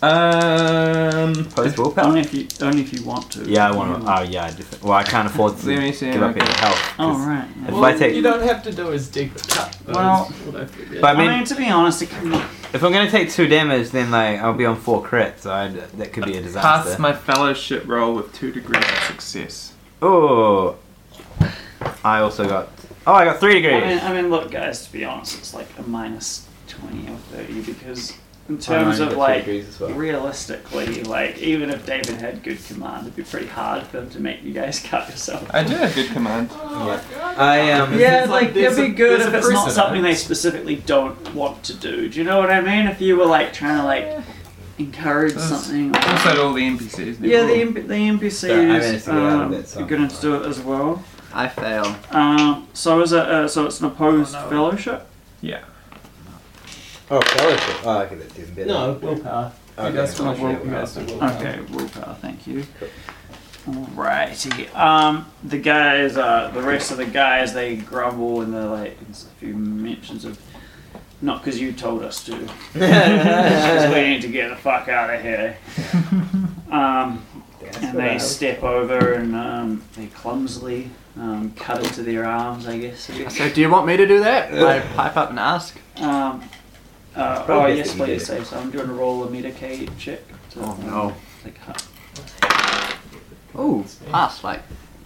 I: Um,
B: Opposed willpower?
A: Only if you only if you want to.
B: Yeah, I want to. Oh, yeah, I definitely. Well, I can't afford to
I: Let me see,
B: give up
I: okay.
B: any health.
A: Oh
B: 'cause
A: right. yeah.
B: If
E: Well,
B: I take,
E: you don't have to do as deep a cut. though, is
A: Well-
E: what I figured.
B: but I
A: I
B: mean,
A: mean, to be honest, it can,
B: if I'm gonna take two damage, then like I'll be on four crits, so I'd, that could be a disaster.
I: pass my fellowship roll with two degrees of success.
B: oh, I also got. Oh, I got three
A: I
B: degrees.
A: mean, I mean, look, guys. To be honest, it's like a minus twenty or thirty because in terms
B: only got
A: of
B: two
A: like
B: degrees as well.
A: realistically, like even if David had good command, it'd be pretty hard for him to make you guys cut yourself.
I: I do have good command.
B: I um.
A: Yeah,
E: It's like
A: like it'd
E: there's
A: be
E: a-
A: good
E: there's
A: if
E: a
A: it's not
E: precedent.
A: something they specifically don't want to do. Do you know what I mean? If you were like trying to like encourage
I: That's-
A: something.
I: Also, to all the NPCs. now.
A: yeah, the M- the
B: Sorry, I managed
A: NPCs
B: to get out of
A: um,
B: that
A: are
B: somehow.
A: going to do it as well.
C: I fail.
A: Um, so is it? Uh, so it's an opposed
E: Oh, no.
A: fellowship.
I: Yeah.
B: Oh, fellowship. Oh, okay, that's even better.
E: No, willpower.
B: Okay.
E: You guys do
B: Oh, yeah,
E: will- you
B: well,
E: guys do willpower.
A: Okay, willpower. Thank you. Alrighty. Um, the guys, uh, the rest of the guys, they grumble and they're like, there's a few mentions of, not because you told us to, because we need to get the fuck out of here. um, and they step over and um, they clumsily um, cut into their arms, I guess. I guess.
C: So, do you want me to do that?
B: Uh,
C: I pipe up and ask.
A: Um, uh, oh,
B: probably
A: yes,
B: best that you
A: please save some. Do you want to roll a Medicaid check? to- um,
C: Oh no.
A: Like, huh.
C: Oh, pass like.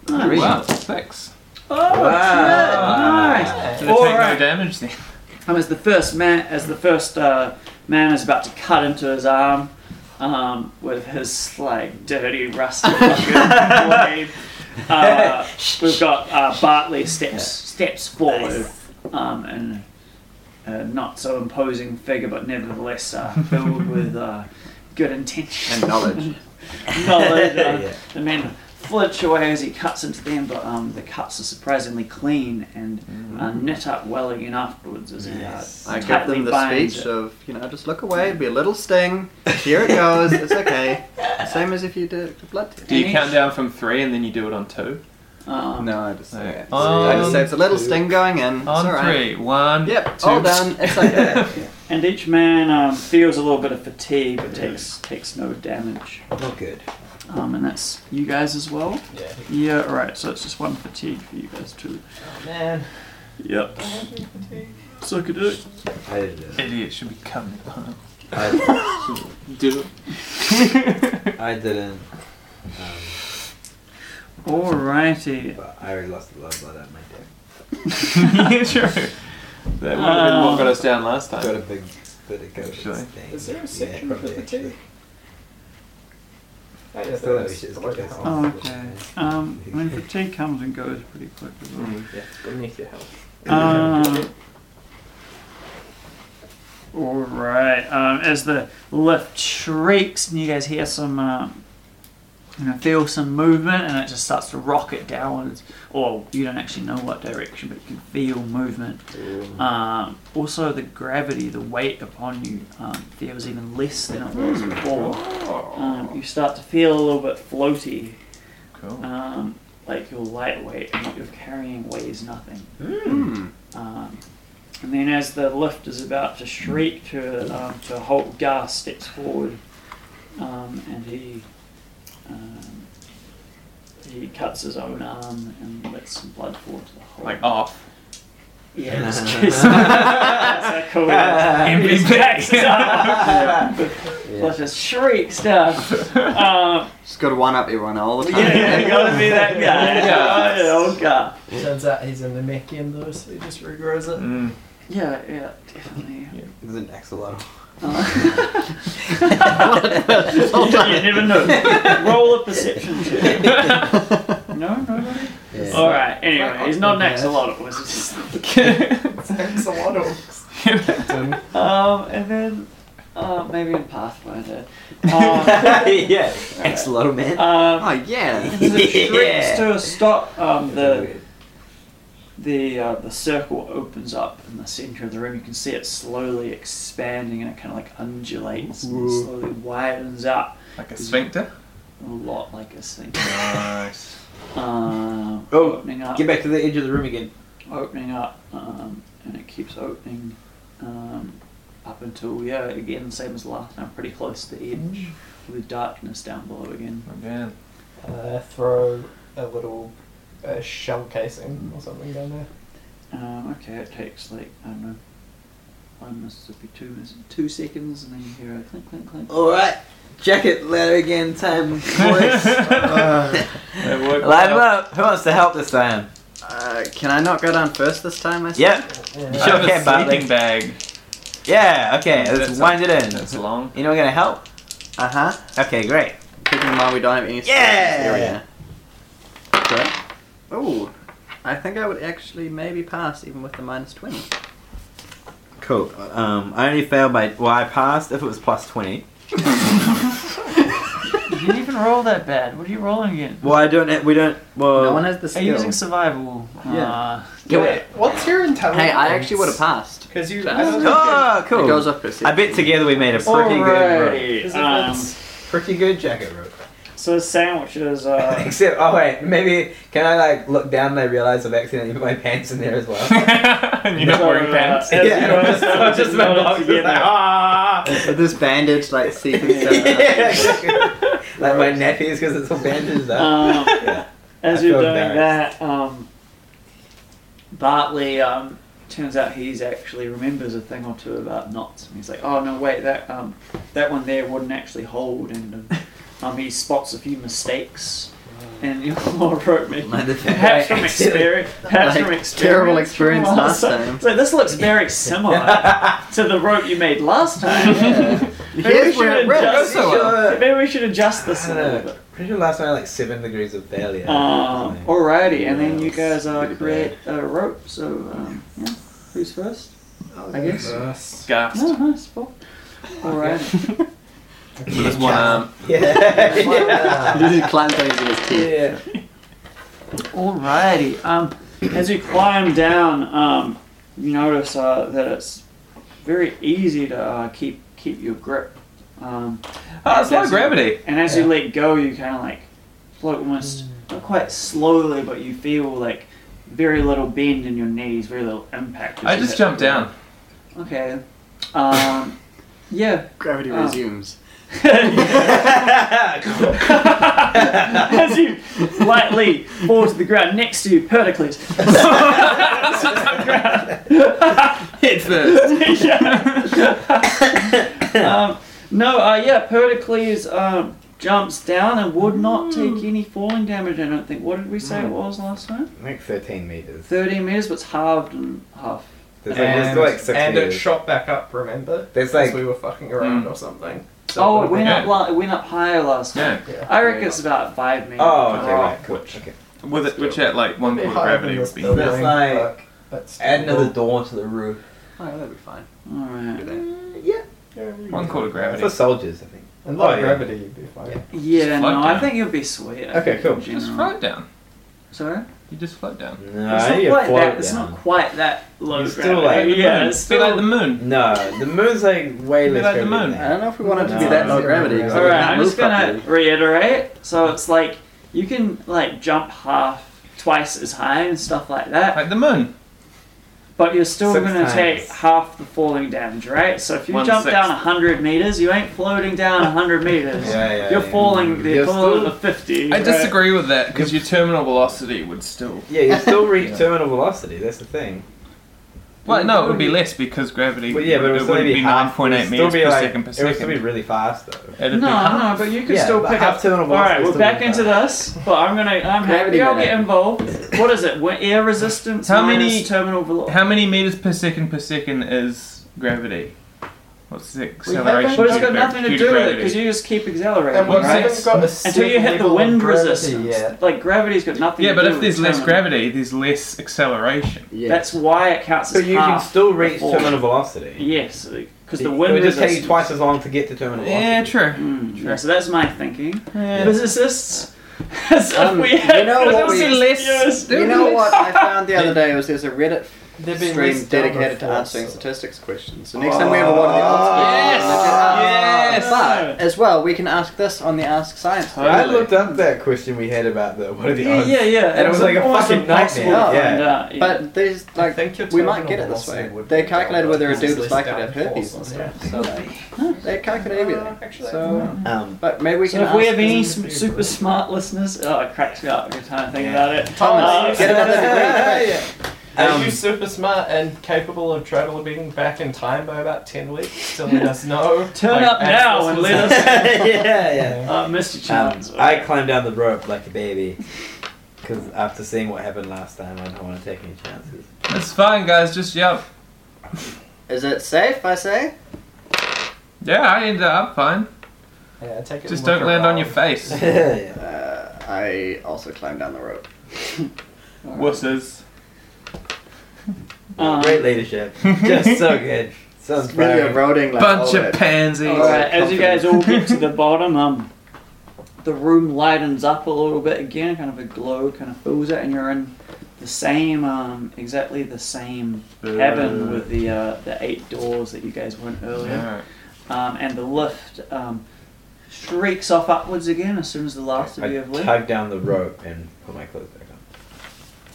A: Oh,
C: three.
I: Wow, six.
A: Oh,
B: Wow.
A: shit, Nice.
I: Did it
A: All
I: take
A: right.
I: no damage then?
A: Um, as the first man, as the first uh, man is about to cut into his arm um, with his like dirty rusty fucking blade, uh, we've got uh, Bartley steps steps forward um, and a not so imposing figure, but nevertheless uh, filled with uh, good intention
C: And knowledge.
A: knowledge. Uh,
B: Yeah.
A: The man flinch away as he cuts into them, but um, the cuts are surprisingly clean and uh, knit up well again afterwards as he uh,
B: Nice.
C: I give
A: tightly
C: them the
A: binds
C: speech
A: it.
C: of, you know, just look away, be a little sting. Here it goes, it's okay. Same as if you did a blood test.
I: Do you count down from three and then you do it on two?
A: Um,
C: No, I just say it.
I: On-
C: I just say it's a little sting going in. It's
I: On
C: alright.
I: three. One.
C: Yep,
I: two.
C: all done. It's okay.
A: And each man um, feels a little bit of fatigue, but takes takes no damage.
B: Not good.
A: Um, and that's you guys as well.
B: Yeah.
A: Yeah, all right. So it's just one fatigue for you guys too.
H: Man.
A: Yep. So could it.
B: I did it.
I: Idiot should be coming home.
B: I,
H: Do
B: I didn't. Um,
A: Alrighty.
B: but I already lost a lot of blood out of my dick.
I: yeah, true. That would have been what got us down last
B: Got
I: time.
B: a big bit of goat
I: Actually.
B: thing.
E: Is there a
B: Yeah,
E: section
B: probably
E: for the
B: actually.
E: tea? I
B: I feel like we should just get this
A: Oh,
B: on.
A: okay. Um, I mean, fatigue comes and goes pretty quickly.
I: Mm.
E: Yeah, it's beneath your health.
A: Um, all right. Um, as the lift shrieks, and you guys hear some, um, you know, feel some movement, and it just starts to rocket downwards. Or you don't actually know what direction, but you can feel movement. Um, also, the gravity, the weight upon you, um, feels even less than it was before. Um, you start to feel a little bit floaty,
I: Cool.
A: um, like you're lightweight, and what you're carrying weighs nothing.
C: Hmm.
A: Um, and then, as the lift is about to shriek to um, to a halt, Gar steps forward, um, and he um, he cuts his own arm and lets some blood fall to the hole.
I: Like off.
A: yeah, just kiss. That's how cool. it is. He just backs it up. Plus, just shrieks down. Um,
C: Just got to one up everyone all the time.
A: yeah, you gotta be that guy.
I: Yeah.
A: Yeah, oh, Gar.
E: Turns out he's in the mech end though, so he just regrows it.
I: Mm.
A: Yeah, yeah, definitely.
B: There's an axolotl.
A: you never know. Roll a perception check. no, nobody.
B: Yeah.
A: All right. Anyway, he's not an axolotl. Was it?
E: It's a lot of.
A: Um, and then uh, maybe in Pathfinder. Um,
B: yeah. Axolotl man.
A: um,
C: Oh, yeah.
A: as it shrinks to a stop, um, the
B: Weird.
A: the uh, the circle opens up in the center of the room. You can see it slowly expanding, and it kind of like undulates and
B: Ooh.
A: slowly widens out
I: Like a sphincter.
A: a lot like a sink.
I: Nice.
A: Um,
B: Oh,
A: opening up.
B: Get back to the edge of the room again.
A: opening up, um, and it keeps opening um, up until yeah, again same as last time, pretty close to the edge with darkness down below again.
I: Again.
E: Uh, throw a little uh, shell casing or something down there.
A: Um, okay, it takes like I don't know, one Mississippi, two Mississippi, two seconds, and then you hear a clink, clink, clink.
B: Alright. Jacket ladder again time, boys.
A: Uh.
I: It worked
B: Line 'em
I: well.
B: up. Who wants to help this time?
C: Uh, can I not go down first this time? I
B: Yep.
I: I have
B: Okay,
I: a
B: Bartley.
I: sleeping bag.
B: Yeah, okay.
I: That's
B: Let's
I: a-
B: wind it in.
I: That's long.
B: Anyone gonna help?
C: Uh huh.
B: Okay, great.
C: Keeping in mind we don't have any.
B: Yeah!
C: Oh, I think I would actually maybe pass even with the minus twenty.
B: Cool. Um, I only failed by. Well, I passed if it was plus 20.
A: You didn't even roll that bad. What are you rolling again?
B: Well, I don't. We don't. Well.
C: No one has the
A: Are you
C: skill.
A: using survival?
C: Yeah.
A: Uh,
C: Yeah,
E: Wait, what's your intelligence?
C: Hey, I actually would have passed.
E: Because you.
B: Oh, cool.
C: It goes off perception.
B: I bet together we made a pretty good.
A: Alrighty, um,
E: Um,
B: Pretty good jacket rope.
A: so the sandwich is uh,
B: Except, oh wait, maybe can I like look down and I realize I've accidentally put my pants in there as well?
I: and you're not
A: so,
I: wearing
A: uh,
I: pants.
A: as
B: Yeah,
A: you know,
B: I was- I was
A: sandwich
B: just
A: is
B: about
A: knotted
B: to do
A: together.
B: that.
C: With this bandage, like seeping.
B: yeah, exactly. like my nappies because it's all bandaged up.
A: Um,
B: Yeah.
A: As
B: I
A: you're
B: feel
A: doing
B: embarrassed.
A: that, um, Bartley um, turns out he's actually remembers a thing or two about knots, and he's like, "Oh no, wait, that um, that one there wouldn't actually hold," and um, um, he spots a few mistakes. And you all wrote me.
B: Like the fact
A: Perhaps
B: I
A: from
B: accidentally-
A: experience. Perhaps
C: Like,
A: from experience.
C: terrible experience
A: from
C: last time.
A: So this looks very similar to the rope you made last time. Maybe we
C: Here's
A: should
C: where it rips. Uh,
A: adjust-
B: Goes so well.
A: Maybe we should adjust this a
B: I don't
A: little
B: know.
A: bit.
B: Pretty sure last night I had, like seven degrees of failure.
A: Um, alrighty, and then you
B: Yeah,
A: guys uh,
B: pretty
A: create a rope. So um, yeah. Who's first?
B: I
A: guess.
I: Gaffed.
A: No, no, it's Paul. Alright.
I: So there's one
A: um,
I: arm.
B: Yeah.
C: He climbs over his teeth.
A: yeah. Alrighty. Um, as you climb down, um, you notice uh, that it's very easy to uh, keep keep your grip. Um,
I: Oh, it's low gravity.
A: and as you let go, you kind of like float almost not quite slowly, but you feel like very little bend in your knees, very little impact. as
I: I
A: you
I: just
A: hit
I: jumped
A: the ground.
I: down.
A: Okay. Um, yeah.
C: Gravity
A: Oh.
C: resumes.
A: as you lightly fall to the ground next to you, Pericles.
I: Head first.
A: um, no, uh, yeah, Pericles um, jumps down and would not take
B: Mm.
A: any falling damage, I don't think. What did we say it was last time?
B: Like 13 meters.
A: 13 meters, but it's halved in half.
B: There's like, there's
E: And,
B: like 6
E: and it
B: meters.
E: shot back up, remember?
B: There's
E: Because
B: like-
E: we were fucking around or something.
A: Hmm.
E: So
A: Oh, it
E: would've
A: went,
E: been-
A: up, la- it went up higher last time.
I: Yeah.
A: I reckon it's about 5 meters.
B: oh, okay,
A: drop.
B: right. Cool. Okay.
I: With it, which at like one quarter gravity would be.
B: building. That's like-
E: That's
B: Add another door to the roof.
C: Oh, that'll be fine.
A: Alright.
C: Do that.
B: Mm, Yeah.
I: One quarter
B: For
I: gravity.
B: soldiers, I think.
E: And
B: low
E: low
B: Oh, yeah.
E: gravity,
B: gravity,
E: you'd be fine.
B: Yeah.
A: Yeah,
I: Just
A: no,
I: float
A: I
I: down.
A: think it'll be sweet. I
B: Okay,
A: think in
B: cool.
I: Just
A: general.
I: float down.
A: Sorry?
I: You just float down.
B: No,
A: it's not
B: you
A: quite
B: float
A: that. It's
B: down.
A: not quite that low
B: It's
A: gravity.
B: still like the
A: yeah,
I: moon.
A: it's
I: Be
A: still
I: like the moon.
B: No, the moon's like way
I: Be
B: less
I: like the
B: gravity
I: moon.
B: than
C: I
B: that.
C: don't know if we want it to be
B: No,
C: that
B: it's
C: low
B: not
C: gravity.
B: really.
C: 'cause
A: All
C: we
A: right,
C: can't
A: I'm just
C: move
A: gonna
C: properly.
A: reiterate. So it's like you can like jump half, twice as high and stuff like that,
I: Like the moon.
A: but you're still
B: Six
A: going gonna
B: times.
A: take half the falling damage, right? So if you
I: One
A: jump
I: sixth.
A: down hundred meters, you ain't floating down hundred meters.
B: Yeah, yeah,
A: you're
B: yeah.
A: falling the
B: You're
A: equivalent
B: still-
A: of fifty.
I: I
A: right?
I: disagree with that because your terminal velocity would still.
B: Yeah, you still reach terminal velocity. That's the thing.
I: Well, no, it would be less because gravity.
B: But yeah, but
I: it
B: it'll still
I: would
B: be,
I: be nine
B: half-
I: point
B: it'll
I: eight
B: still
I: meters
B: be
I: per
B: like-
I: second
B: It
I: per
B: would still be
I: second.
B: really fast though.
I: It'd
A: No,
I: be
A: no, but you can
B: Yeah,
A: still
B: but
A: pick
B: half
A: up.
B: terminal
A: All right,
B: velocity
A: we're
B: still
A: back
B: means
A: into this, but I'm gonna. I'm happy.
C: Gravity
A: I'll
C: matter.
A: get involved. What is it? When air resistance
I: How
A: minus
I: many-
A: terminal velocity?
I: How many meters per second per second is gravity? What's the acceleration?
A: But it's
I: due
A: got nothing to
I: due
A: do with it
I: gravity?
A: because you just keep accelerating,
E: And once
A: right?
E: you've got a
A: Until you hit
E: certain
A: the
E: level of
A: wind
E: gravity,
A: resistance,
E: Yeah.
A: like gravity's got nothing.
I: Yeah,
A: to
I: but
A: do
I: if
A: with
I: there's less
A: terminal.
I: gravity, there's less acceleration.
C: Yeah.
A: that's why it counts
B: So
A: as
B: you can
A: half.
B: still reach
A: before.
B: terminal velocity.
A: yes, because
B: It
A: the wind
B: would just take
A: resistance.
B: you twice as long to get to terminal
I: Yeah,
B: velocity.
I: true.
A: Mm, yeah,
I: Sure.
A: so that's my thinking.
I: Yeah.
A: Physicists. As if
C: Um,
A: we
C: you
A: had
C: know what we-
A: physicists, yes.
C: You know what I found the other day was there's a Reddit
E: There'd be
C: stream
E: less
C: dedicated to
E: downward force,
C: answering
E: so-
C: statistics questions. So next time we have a one of the answers.
I: Oh, Yes!
C: But as well, we can ask this on the Ask Science.
B: I
C: Totally.
B: looked up that question we had about the what are the
A: Yeah,
B: odds?
A: yeah, yeah.
B: And it was like a
A: almost
B: fucking
A: impossible to
B: nightmare,
A: find
B: yeah.
A: out,
C: But there's
E: I
C: like
E: think your
C: we might
E: terminal
C: get it this
E: velocity
C: way.
E: would
C: They
E: be
C: calculated
E: downward
C: whether a
E: because
C: dude
E: there's
C: was likely to
E: less
C: have herpes and
E: downforce,
C: stuff.
E: yeah.
C: So like, they calculate everything.
I: Oh.
E: Actually,
C: So,
B: Um,
C: but maybe we
A: So
C: can
A: if we
C: ask
A: have any
E: them
A: sm-
E: to-
A: super smart listeners, oh, it cracks me up every time I think about it.
C: Thomas,
A: Uh,
C: get another degree. quick.
E: Oh, Are you
B: Um,
E: super smart and capable of traveling back in time by about 10 weeks to let us know?
A: Turn
E: Like,
A: up
E: as
A: now
E: this
A: and
E: was
A: let us.
B: yeah, yeah.
A: Uh, Mr.
B: Um,
A: Chance.
B: I climbed down the rope like a baby because after seeing what happened last time, I don't want to take any chances.
I: It's fine, guys. Just jump.
C: Is it safe? I say.
I: Yeah, I ended up fine.
E: Yeah, take it
I: Just
E: and look
I: don't land on your
E: around.
I: face.
B: yeah.
C: Uh, I also climbed down the rope.
I: Wusses.
A: Um,
B: Great leadership. Just so good. So
C: Really
B: inspiring.
C: eroding like oh,
I: Bunch
C: all
I: of
C: that.
I: pansies.
A: all right, as you guys all get to the bottom, um, the room lightens up a little bit again, kind of a glow kind of fills it, and you're in the same, um, exactly the same cabin with the uh, the eight doors that you guys went earlier.
I: Alright.
A: um, and the lift um, shrieks off upwards again as soon as the last of you have
B: I
A: left.
B: tugged down the rope and put my clothes back on.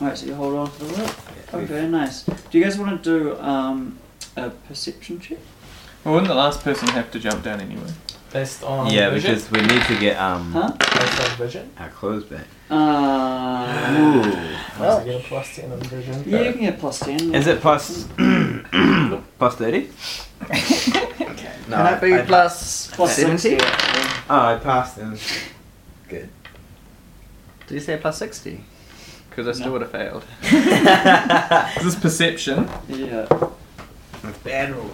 A: Alright, so you hold on to the lift.
B: Yeah,
A: Okay, nice. Do you guys want to do um, a perception check?
I: Well, wouldn't the last person have to jump down anyway?
E: Based on
B: Yeah,
E: vision.
B: because we need to get
C: Hmm.
B: um
A: Huh?
E: Based on vision.
F: Our clothes back.
A: Uh,
E: Well, you get a plus 10 on vision.
A: yeah, you can get plus 10.
F: Is it plus plus thirty?
B: No,
C: Can I be
B: I,
C: plus
A: Plus
C: 70?
A: 70?
B: oh, I passed him.
C: Did you say plus 60? Because I still
A: No.
C: would have failed.
I: Is this perception?
A: Yeah.
B: Bad roll.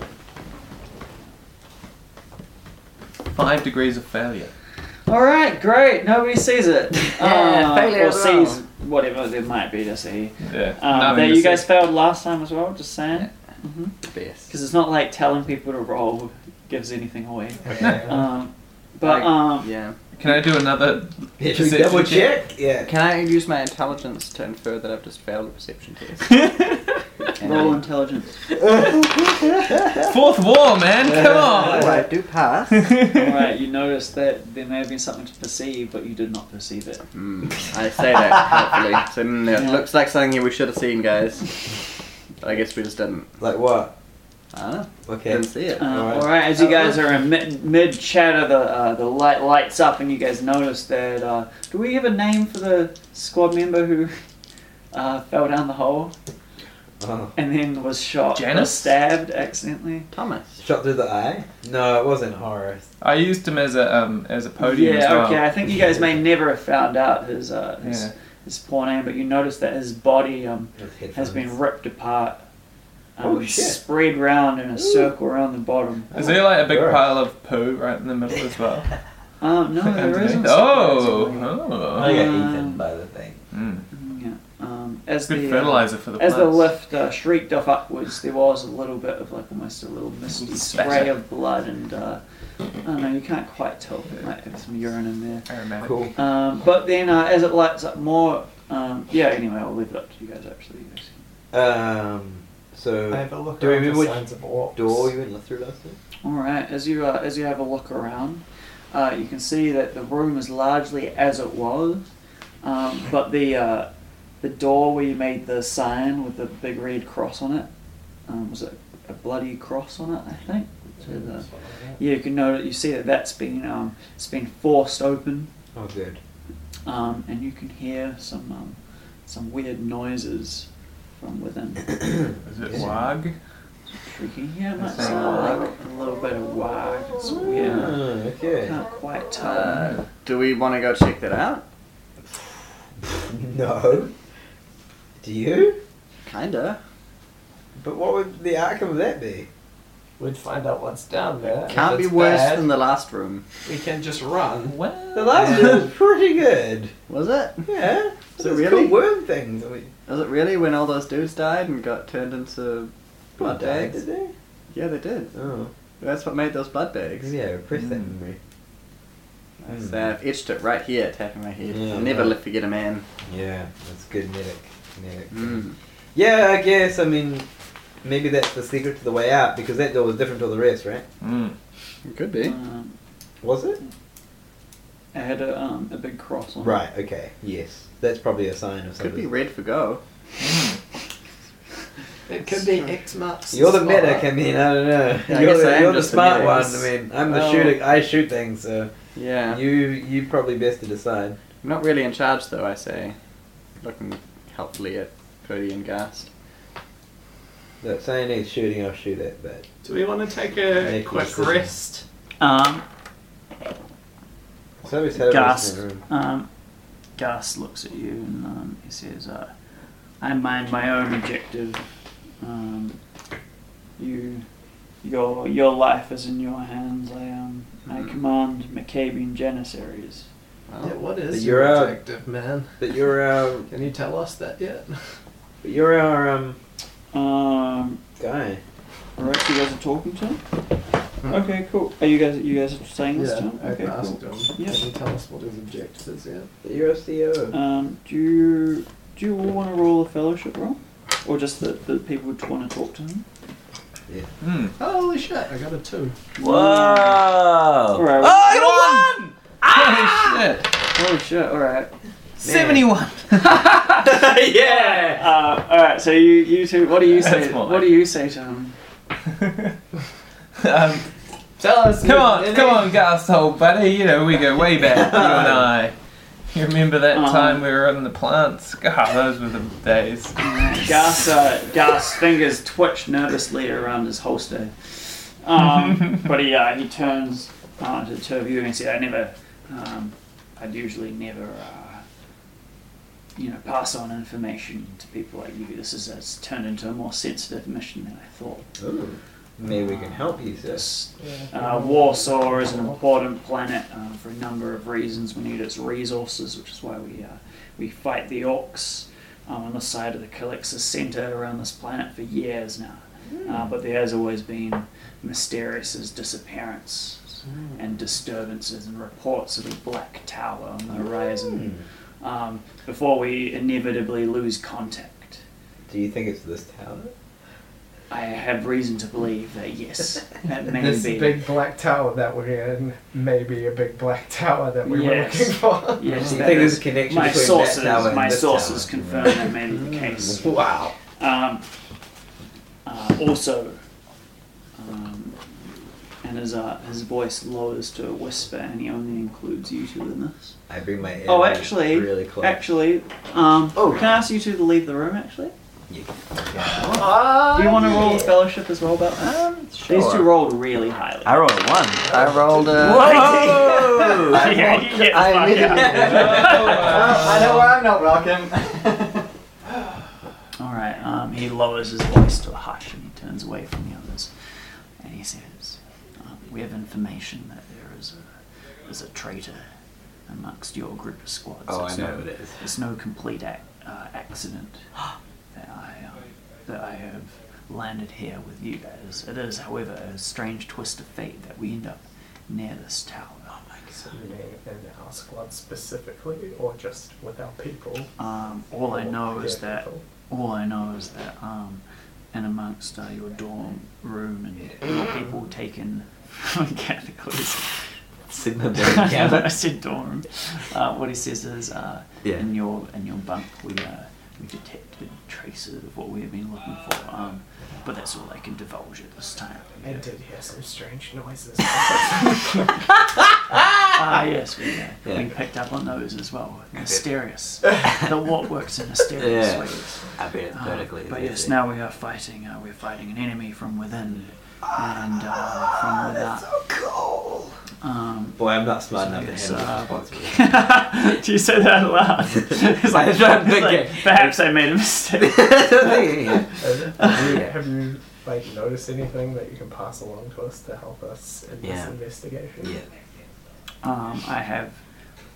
I: Five degrees of failure.
A: Alright, great. Nobody sees it.
C: Yeah,
A: uh,
C: failure
A: Or
C: as well.
A: sees whatever there might be to see.
I: Yeah.
A: Um,
I: Nothing
A: there,
I: to
A: you
I: see.
A: guys failed last time as well, just saying.
C: Best.
A: because it's not like telling people to roll gives anything away.
B: Okay.
A: Um, but
C: Like-
A: um,
C: Yeah.
I: Can I do another?
B: Yeah, should we
I: Perception
B: double check? Yeah.
C: Can I use my intelligence to infer that I've just failed a perception test? And-
A: roll intelligence.
I: Fourth wall, man. Come on.
C: Oh, I do pass.
A: All right, you notice that there may have been something to perceive, but you did not perceive it.
C: Mm, I say that helpfully. So mm, it
A: Yeah.
C: looks like something we should have seen, guys. But I guess we just didn't.
B: Like what?
C: I don't know.
B: Okay.
C: Didn't see it.
A: Uh, all,
B: All
A: right.
B: right.
A: as you guys are in mid, mid chatter, the uh, the light lights up, and you guys notice that. Uh, do we have a name for the squad member who uh, fell down the hole
B: Oh.
A: and then was shot, or
I: Janice?
A: stabbed accidentally?
C: Thomas.
B: Shot through the eye? No, it wasn't horror.
I: I used him as a um, as a podium
A: yeah,
I: as well.
A: okay. I think you guys may never have found out his uh, his,
I: Yeah.
A: his poor name, but you notice that his body um,
B: It was
A: has
B: headphones.
A: been ripped apart. um,
B: Oh, shit.
A: Spread round in a circle around the bottom.
I: Is there like a big
B: Sure.
I: pile of poo right in the middle as well?
A: Um, no, there
I: Underneath?
A: isn't. surprisingly.
B: I
I: Oh. oh.
B: got
A: Uh,
B: eaten by the thing.
I: Mm.
A: Yeah. Um, as
I: Good
A: the uh,
I: fertilizer for the
A: as the
I: plants.
A: lift uh, shrieked off upwards, there was a little bit of like almost a little misty
I: Spatter.
A: spray of blood, and uh, I don't know, you can't quite tell. There might have some urine in there.
I: Aromatic.
B: Cool.
A: Um, but then uh, as it lights up more, um, yeah. Anyway, I'll leave it up to you guys. Actually, you guys.
B: Um, so,
E: I have a look
B: do you
E: around
B: remember
E: for
B: which
E: signs of orcs.
B: door you went through last time?
A: All right. As you uh, as you have a look around, uh, you can see that the room is largely as it was, um, but the uh, the door where you made the sign with the big red cross on it um, was it a bloody cross on it? I think. So the- yeah, you can notice you see that that's been um, it's been forced open,
B: Oh, good.
A: um, and you can hear some um, some weird noises from within.
I: Is it wag?
A: You can hear much
I: Sound
A: sound like a little bit of wag. It's
B: Yeah.
A: weird.
B: Oh, okay.
A: Can't quite tell.
C: Uh, do we want to go check that out?
B: No. Do you?
C: Kinda.
B: But what would the outcome of that be?
E: We'd find out what's down there. If
C: Can't be
E: it's
C: worse
E: bad,
C: than the last room.
E: We can just run.
B: The last one was pretty good.
C: Was it?
B: Yeah.
C: So
B: Those
C: really?
B: cool worm things. I mean,
C: Was it really when all those dudes died and got turned into blood
B: what died, did
C: bags?
B: they?
C: Yeah, they did.
B: Oh.
C: That's what made those blood bags.
B: Yeah, press that memory. Mm.
C: So I've etched it right here, tapping my head.
B: Yeah,
C: Never
B: right.
C: let forget a man.
B: Yeah, that's good medic. medic.
C: Mm.
B: Yeah, I guess. I mean, maybe that's the secret to the way out because that door was different to the rest, right?
I: Mm.
C: It could be.
A: Um,
B: Was it?
C: Mm-hmm.
A: it had a, um, a big cross on
B: Right. Okay. Yes, that's probably a sign of
C: Could
B: something.
C: be red for go.
I: mm,
E: It could be X marks.
B: You're the
E: spot.
B: medic. I mean, I don't know.
C: Yeah, I
B: you're
C: guess I
B: the,
C: am
B: you're the
C: just the
B: smart one. I
C: medic.
B: mean, I'm the
C: Well-
B: shooter. I shoot things, so
C: Yeah.
B: you you probably best to decide.
C: I'm not really in charge though, I say. Looking helpfully at Purdy and Gast.
B: That saying is shooting, I'll shoot at, but
E: Do we want to take a
B: Make
E: quick
B: decisions.
E: rest?
A: it. Um,
B: so is Hades
A: Gasp.
B: in the room.
A: um, Gus looks at you and um, he says, uh, I mind my own objective. Um, you, your, your life is in your hands. I, um, I
B: Mm-hmm.
A: command Maccabean Janissaries.
E: Yeah,
C: Well,
E: what
B: But
E: is
B: you're
E: your
B: out.
E: objective, man?
B: But you're our
E: Can you tell us that yet?
B: but you're our um
A: Um,
B: guy.
A: alright, you guys are talking to him?
B: Mm-hmm.
A: Okay, cool. Are you guys, you guys are saying this to him?
E: I've
A: Okay, cool.
E: asked him.
A: Yeah.
E: Can you tell us what his objective is yet?
B: But you're our E CEO.
A: Um, do you do you all want to roll a fellowship roll, or just that the people would want to talk to him?
I: Mm.
E: Holy shit! I got a two.
A: All right.
I: Oh, I won! Holy shit!
A: Oh shit! All right.
I: Ah! Seventy-one.
A: Yeah. Uh, all right. So you you two, what do you say?
I: That's mine.
A: What do you say to him?
I: um,
E: Tell us.
I: Come on, come on, Gus, old buddy. You know, we go way back, you and I. You remember that
A: Uh-huh.
I: time we were on the plants? God, those were the days.
A: Gas uh, Gas fingers twitch nervously around his holster, um, but he uh, he turns uh, to the two of you and says, "I never, um, I'd usually never, uh, you know, pass on information to people like you. This is it's turned into a more sensitive mission than I thought."
B: Ooh. Maybe we can help you, sir.
A: This uh, Warsaw is an important planet uh, for a number of reasons. We need its resources, which is why we uh, we fight the orcs um, on the side of the Calixus Center around this planet for years now. uh, but there has always been mysterious disappearances and disturbances and reports of a black tower on the
B: Hmm.
A: horizon um, before we inevitably lose contact.
B: Do you think it's this tower?
A: I have reason to believe that yes, that may
E: This
A: be.
E: big black tower that we're in may be a big black tower that we
A: Yes.
E: were looking for.
A: Yes,
B: Do you
A: that
B: think there's
A: is-
B: a connection
A: my
B: between
A: sources,
B: that tower and
A: my
B: this
A: sources
B: tower?
A: confirm that may be the case.
B: Wow.
A: Um, uh, also, um, and his, uh, his voice lowers to a whisper, and he only includes you two in this.
B: I bring my ear
A: Oh, actually,
B: really close.
A: actually, um, oh, can I ask you two to leave the room? Actually,
B: Yeah.
A: do you want to roll fellowship as well about that?
C: Um,
A: These two
C: sure.
A: rolled really highly.
F: I rolled a one.
C: I rolled a.
B: Oh!
A: Oh,
F: Whoa!
C: I
G: Yeah,
C: rolled-
G: you get the
C: I
G: fuck
C: immediately-
E: out.
C: I know where I'm not welcome.
A: All right. Um, he lowers his voice to a hush, and he turns away from the others, and he says, um, "We have information that there is a there's a traitor amongst your group of squads.
B: Oh, I
A: It's
B: know
A: no-
B: who it is.
A: It's no complete ac- uh, accident that I um, that I have landed here with you guys. It is, however, a strange twist of fate that we end up near this tower.
B: Oh
E: In our squad specifically, or just with our people?
A: Um, all I
E: Or
B: Oh,
A: know
E: with
A: is
E: their
A: that
E: people?
A: all I know is that um, in amongst uh, your dorm room and your people taken from Catholics.
B: Sigma Berry Gamma.
A: I said dorm. Uh, what he says is, uh,
F: Yeah.
A: in your in your bunk, we uh, we detected traces of what we have been looking for. Um, but that's all I can divulge at this time.
E: And did hear some strange noises.
A: Ah, yes, we, uh,
B: Yeah.
A: we picked up on those as well. Mysterious. the what works in mysterious
B: Yeah.
A: ways.
B: I bet
A: Uh,
B: vertically.
A: but yes, now we are fighting. Uh, we're fighting an enemy from within and uh,
C: Ah,
A: from without. Um,
B: Boy, I'm not smart enough to
A: Yes,
B: handle
A: uh,
B: this responsibility.
A: Do you say that out loud? it's like,
B: That's what I'm
A: it's like,
B: thinking.
A: perhaps I made a mistake.
E: have, you, have you like noticed anything that you can pass along to us to help us in
B: Yeah.
E: this investigation?
B: Yeah.
A: Um, I have,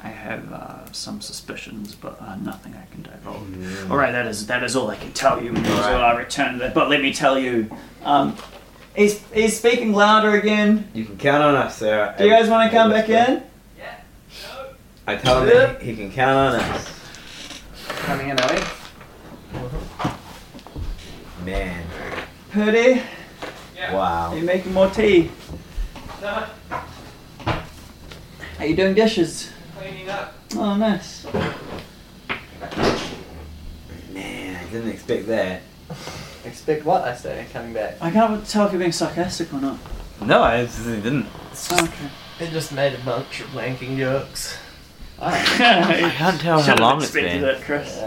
A: I have uh, some suspicions, but uh, nothing I can divulge. All right, that is that is all I can tell you until I return. That, but let me tell you, um,
C: He's, he's speaking louder again.
B: You can count on us, Sarah.
C: Do you guys want
B: I
C: to come back
B: whisper.
C: in?
B: I tell him he, he can count on us.
C: Coming in, are we?
B: Man,
C: Purdy, are
B: wow.
C: you making more tea? Are you doing dishes?
I: Cleaning up.
C: Oh, nice.
B: Man, I didn't expect that.
C: Expect what I say coming back.
A: I can't tell if you're being sarcastic or not.
F: No, I absolutely didn't.
A: Okay.
H: It just made a bunch of wanking jokes.
F: I can't tell how long it's been.
A: expected that, Chris.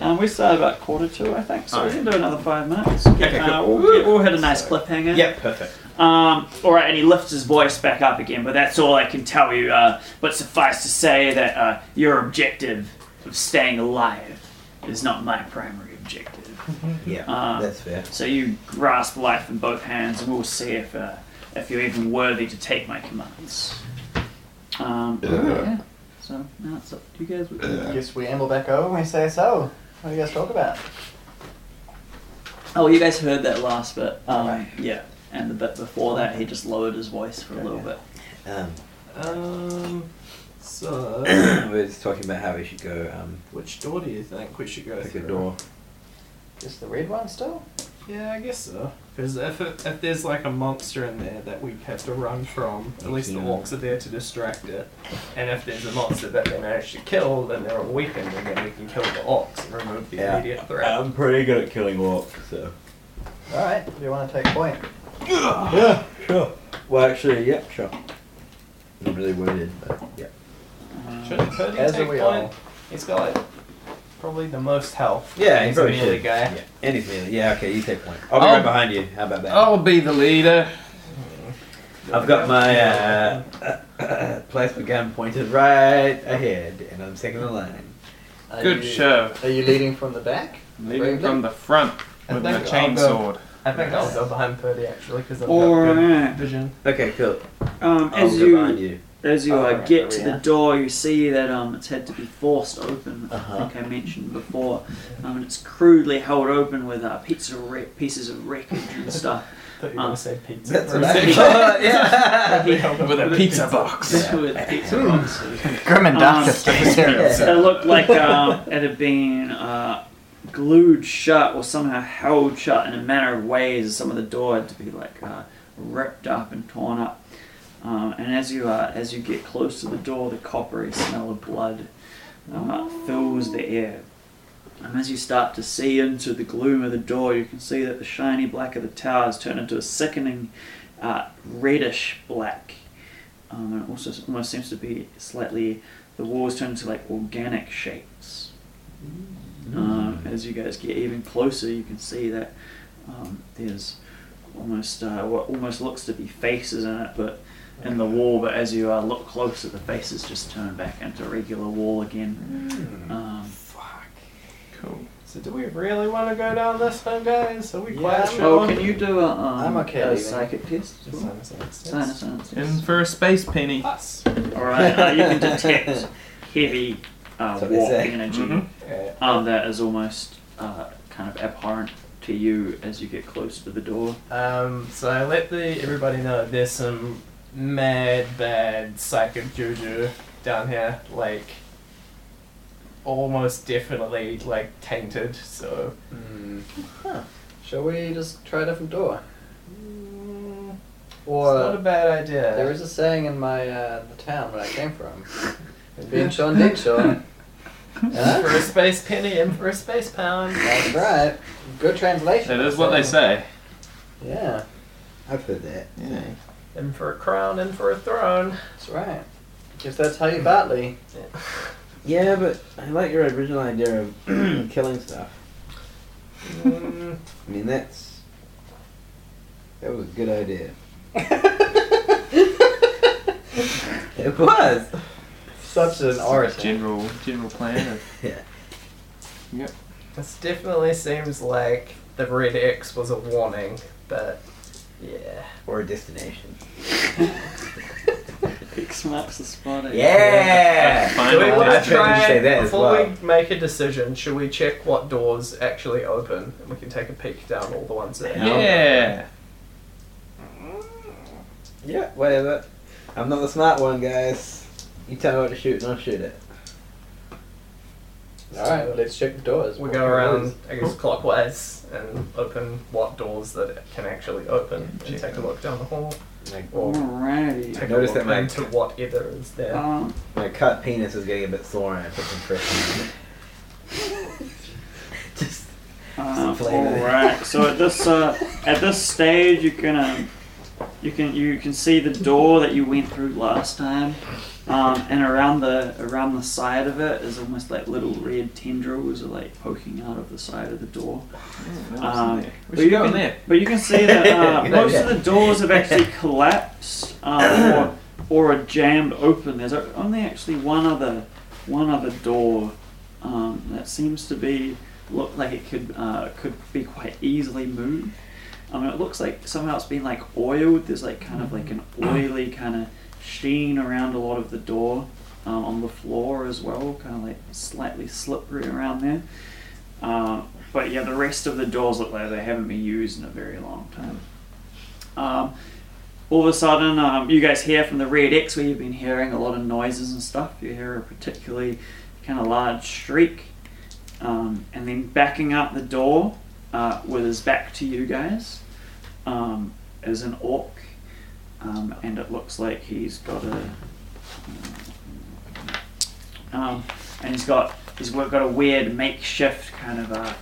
A: Um, we started about quarter to, I think, so we can do another five minutes.
B: Okay,
A: uh,
B: cool.
A: we'll, get- we'll hit a nice cliffhanger.
B: Yep, perfect.
A: Um, all right, and he lifts his voice back up again, but that's all I can tell you. Uh, but suffice to say that uh, your objective of staying alive is not my primary objective.
B: Yeah,
H: Uh-huh.
A: Uh,
B: that's fair.
A: So you grasp life in both hands, and we'll see if uh, if you're even worthy to take my commands. Um,
B: Oh,
A: yeah. So now it's up to you guys. What you do.
C: Guess we amble back over and we say so. What do you guys talk about?
A: Oh, you guys heard that last bit. Um, Yeah, and the bit before that, he just lowered his voice for a little bit.
B: Um,
H: Um, so,
B: we're just talking about how we should go um,
H: which door do you think we should go
B: pick a
H: through?
B: door.
C: Just the red one still?
H: Yeah, I guess so. Because if, it- if there's like a monster in there that we have to run from, at least the
B: Yeah.
H: orcs are there to distract it. And if there's a monster that they manage to kill, then they're all weakened, and then we can kill the orcs and remove the
B: Yeah.
H: immediate threat.
B: pretty good at killing orcs, so.
C: Alright, do you want to take point?
B: Yeah, sure. Well, actually, yep, sure. Not really worded, but yeah.
H: Should Purdy
C: As
H: take
C: are we
H: point?
C: all.
H: He's got like probably the most health.
B: Yeah,
H: he's
B: he probably
H: a melee
B: should.
H: guy.
B: Yeah, and he's melee. Yeah, okay, you take point. I'll be
I: Oh.
B: right behind you. How about that?
H: Oh.
I: I'll be the leader.
B: I've got my uh, plasma gun pointed right ahead, and I'm second in line.
C: Are
I: Good
C: you,
I: show.
C: Are you leading from the back?
I: Leading from the front
H: I
I: with my
H: think I'll go-
I: chainsword.
H: I think I'll go behind Purdy actually because I've got
A: Or
H: good vision.
B: Okay, cool.
A: um,
B: I'll
A: as
B: go
A: you
B: behind you.
A: As you
B: Oh,
A: uh,
B: right,
A: get
B: there
A: to
B: we
A: the
B: are.
A: door, you see that um, it's had to be forced open. I
B: Uh-huh.
A: think I mentioned before, um, and it's crudely held open with uh, pizza re- pieces of wreckage and stuff.
E: Thought you were
A: Um,
E: gonna say pizza.
B: Ah. That's
E: for a
B: what I
E: second.
B: thought, yeah.
I: With a pizza box.
A: with pizza boxes.
F: Grim and
A: Um,
F: darkest cafeteria.
A: It looked like um, it had been uh, glued shut or somehow held shut in a manner of ways. Some of the door had to be like uh, ripped up and torn up. Um, and as you uh, as you get close to the door, the coppery smell of blood uh, fills the air. And as you start to see into the gloom of the door, you can see that the shiny black of the tower has turned into a sickening uh, reddish black. Um, and it also almost seems to be slightly, the walls turn into like organic shapes. Um, as you guys get even closer, you can see that um, there's almost uh, what almost looks to be faces in it, but in the wall. But as you uh, look closer, the faces just turn back into regular wall again. Um,
E: Fuck.
I: Cool.
E: So do we really want to go down this one, guys? Are we
B: Yeah.
E: quite sure?
A: oh, can you do a, um,
B: I'm okay
A: a
B: leaving.
A: psychic test? as well? Sinus, sinus,
I: In for a space penny.
E: Us.
A: All right, uh, you can detect heavy uh,
B: That's what they
A: warp
B: say. Mm-hmm.
A: energy
I: Mhm.
B: Yeah.
A: um, that is almost uh, kind of abhorrent to you as you get close to the door.
E: Um, so I let the everybody know that there's some mad bad psychic juju down here, like almost definitely like tainted. So
B: Mm.
C: Hmm. Shall we just try a different door?
E: mm, it's not a
C: Or
E: bad idea.
C: there is a saying in my uh, the town where I came from. Being Sean Dick Sean.
E: In for
C: Huh?
E: a space penny and for a space pound.
C: That's right. Good translation.
I: That is what they say.
C: Yeah,
B: I've heard that.
I: Yeah.
E: And for a crown and for a throne.
C: that's right. Because that's how you Bartley.
B: Yeah, but I like your original idea of killing stuff.
E: Mm,
B: I mean, that's that was a good idea. it was.
C: Such an orator.
I: General general plan of
B: Yeah.
E: this definitely seems like the red X was a warning, but yeah.
B: Or a destination.
A: X marks the spot. eh?
B: Yeah.
I: Fine.
E: Do we
I: I
E: want
I: tried
E: to
I: to
E: try
B: say that as
E: before
B: well.
E: we make a decision? Should we check what doors actually open, and we can take a peek down all the ones that?
I: Yeah.
B: Yeah. Whatever. I'm not the smart one, guys. You tell me what to shoot, and I'll shoot it.
C: Alright, let's check the doors.
E: We go around, I guess, clockwise and open what doors that can actually open,
I: Yeah,
E: and
I: check
E: take a
I: them.
E: look down the hall,
B: Like-
E: or
A: Alrighty.
E: take a
B: Notice
E: look
B: that my-
E: into whatever is there.
A: Um,
B: My cut penis is getting a bit sore, and I put some pressure. on it. Just
A: uh,
B: flavor.
A: all right. So at this uh, at this stage, you can um, you can you can see the door that you went through last time, um, and around the around the side of it is almost like little red tendrils are like poking out of the side of the door. Um,
I: We
A: but
I: should
A: you
I: go
A: can-
I: in there.
A: But you can see that uh,
B: Good
A: most
B: idea.
A: of the doors have actually collapsed um, or, or are jammed open. There's o- only actually one other one other door um, that seems to be look like it could uh, could be quite easily moved. I mean, it looks like somehow it's been like oiled. There's like kind of like an oily kind of sheen around a lot of the door um, on the floor as well, kind of like slightly slippery around there. Um, but yeah, the rest of the doors look like they haven't been used in a very long time. Um, all of a sudden, um, you guys hear from the Red X where you've been hearing a lot of noises and stuff. You hear a particularly kind of large shriek. Um, and then backing up the door uh, with his back to you guys um, is an orc. Um, and it looks like he's got a. Um, and he's got he's got a weird makeshift kind of a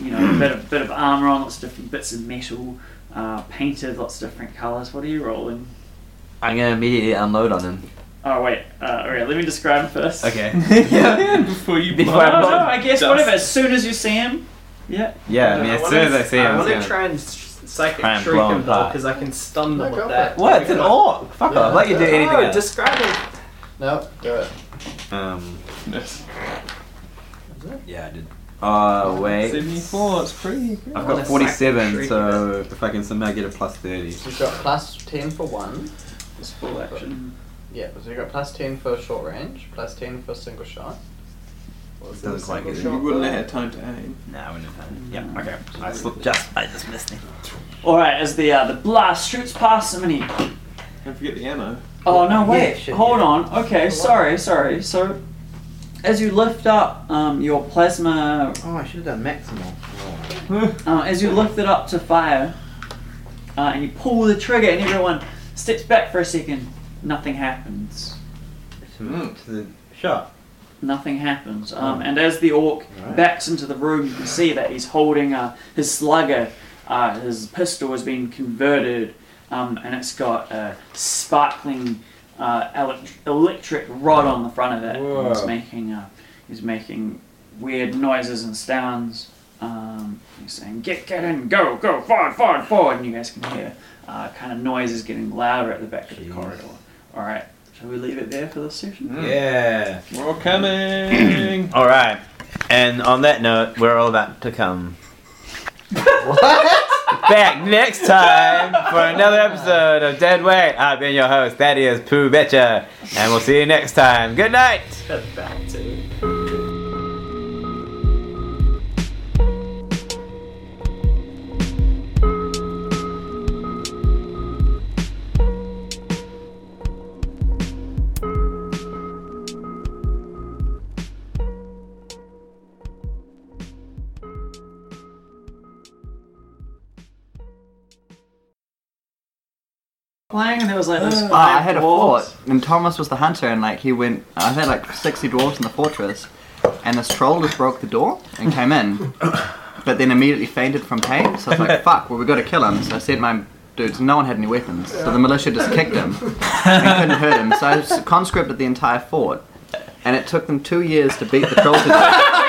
A: you
B: Hmm.
A: know bit of bit of armor on, lots of different bits of metal, uh, painted lots of different colors. What are you rolling?
F: I'm gonna immediately unload on him.
A: Oh wait, uh, all right. Let me describe him first.
F: yeah.
I: Before you
F: Before
I: blow
F: I
A: No,
I: up.
A: no, I guess
I: Dust.
A: whatever. As soon as you see him, yeah.
F: Yeah. I mean, as soon as I see him,
E: I
F: I'm
E: want to
F: gonna.
E: try and s- psychic
F: Try and
E: shriek
F: blow
E: them
F: him back.
E: because I can stun
C: No,
E: them
C: go
E: with
C: for
E: that.
C: it.
F: What? It's an orc. Fuck off. Let you do anything
E: Oh,
F: else.
E: describe it.
C: No, do it.
F: Um.
I: Yes.
B: yeah, I did. Ah,
F: Oh wait.
I: 74, it's pretty. pretty.
F: I've
E: Wanna
F: got
E: sack
F: 47,
E: shriek
F: so if I can somehow get a plus 30.
C: We've got plus 10 for one.
A: It's full action.
C: Yeah, so you got plus 10 for short range, plus 10 for single shot.
B: It doesn't quite get
I: You
B: it.
I: wouldn't have had time to aim.
B: Nah, we didn't have it. Yeah, okay. I slipped just, I just missed it.
A: All right, as the uh, the blast shoots past him, and he
I: Don't forget the ammo.
A: Oh no! Wait,
B: Yeah, shit,
A: hold
B: yeah.
A: on. Okay, sorry, sorry. So, as you lift up um, your plasma,
B: Oh, I should have done maximal. Oh.
A: uh, as you lift it up to fire, uh, and you pull the trigger, and everyone steps back for a second. Nothing happens.
B: To, to the shot.
A: Nothing happens.
B: Oh.
A: Um, and as the orc
B: Alright.
A: backs into the room, you can see that he's holding uh, his slugger. Uh, his pistol has been converted, um, and it's got a sparkling uh, elec electric rod on the front of it. And It's
B: Whoa.
A: making uh, he's making weird noises and sounds. Um, he's saying, "Get, get in, go, go, forward, forward, forward," and you guys can hear uh, kind of noises getting louder at the back of the
B: Jeez.
A: corridor. All right, shall we leave it there for this session?
B: Yeah.
I: We're all coming!
B: Hmm. All right. And on that note, we're all about to come. Back next time for another episode of Dead Weight. I've been your host, Thaddeus Pooh Betcha, and we'll see you next time. Good night.
H: About to.
A: playing and there was like this
C: Oh, I
A: five
C: had a
A: dwarves.
C: fort, and Thomas was the hunter, and like he went. I had like sixty dwarves in the fortress, and this troll just broke the door and came in, but then immediately fainted from pain. So I was like, "Fuck! Well, we got to kill him." So I sent my dudes. No one had any weapons, so the militia just kicked him and couldn't hurt him. So I just conscripted the entire fort, and it took them two years to beat the troll to death.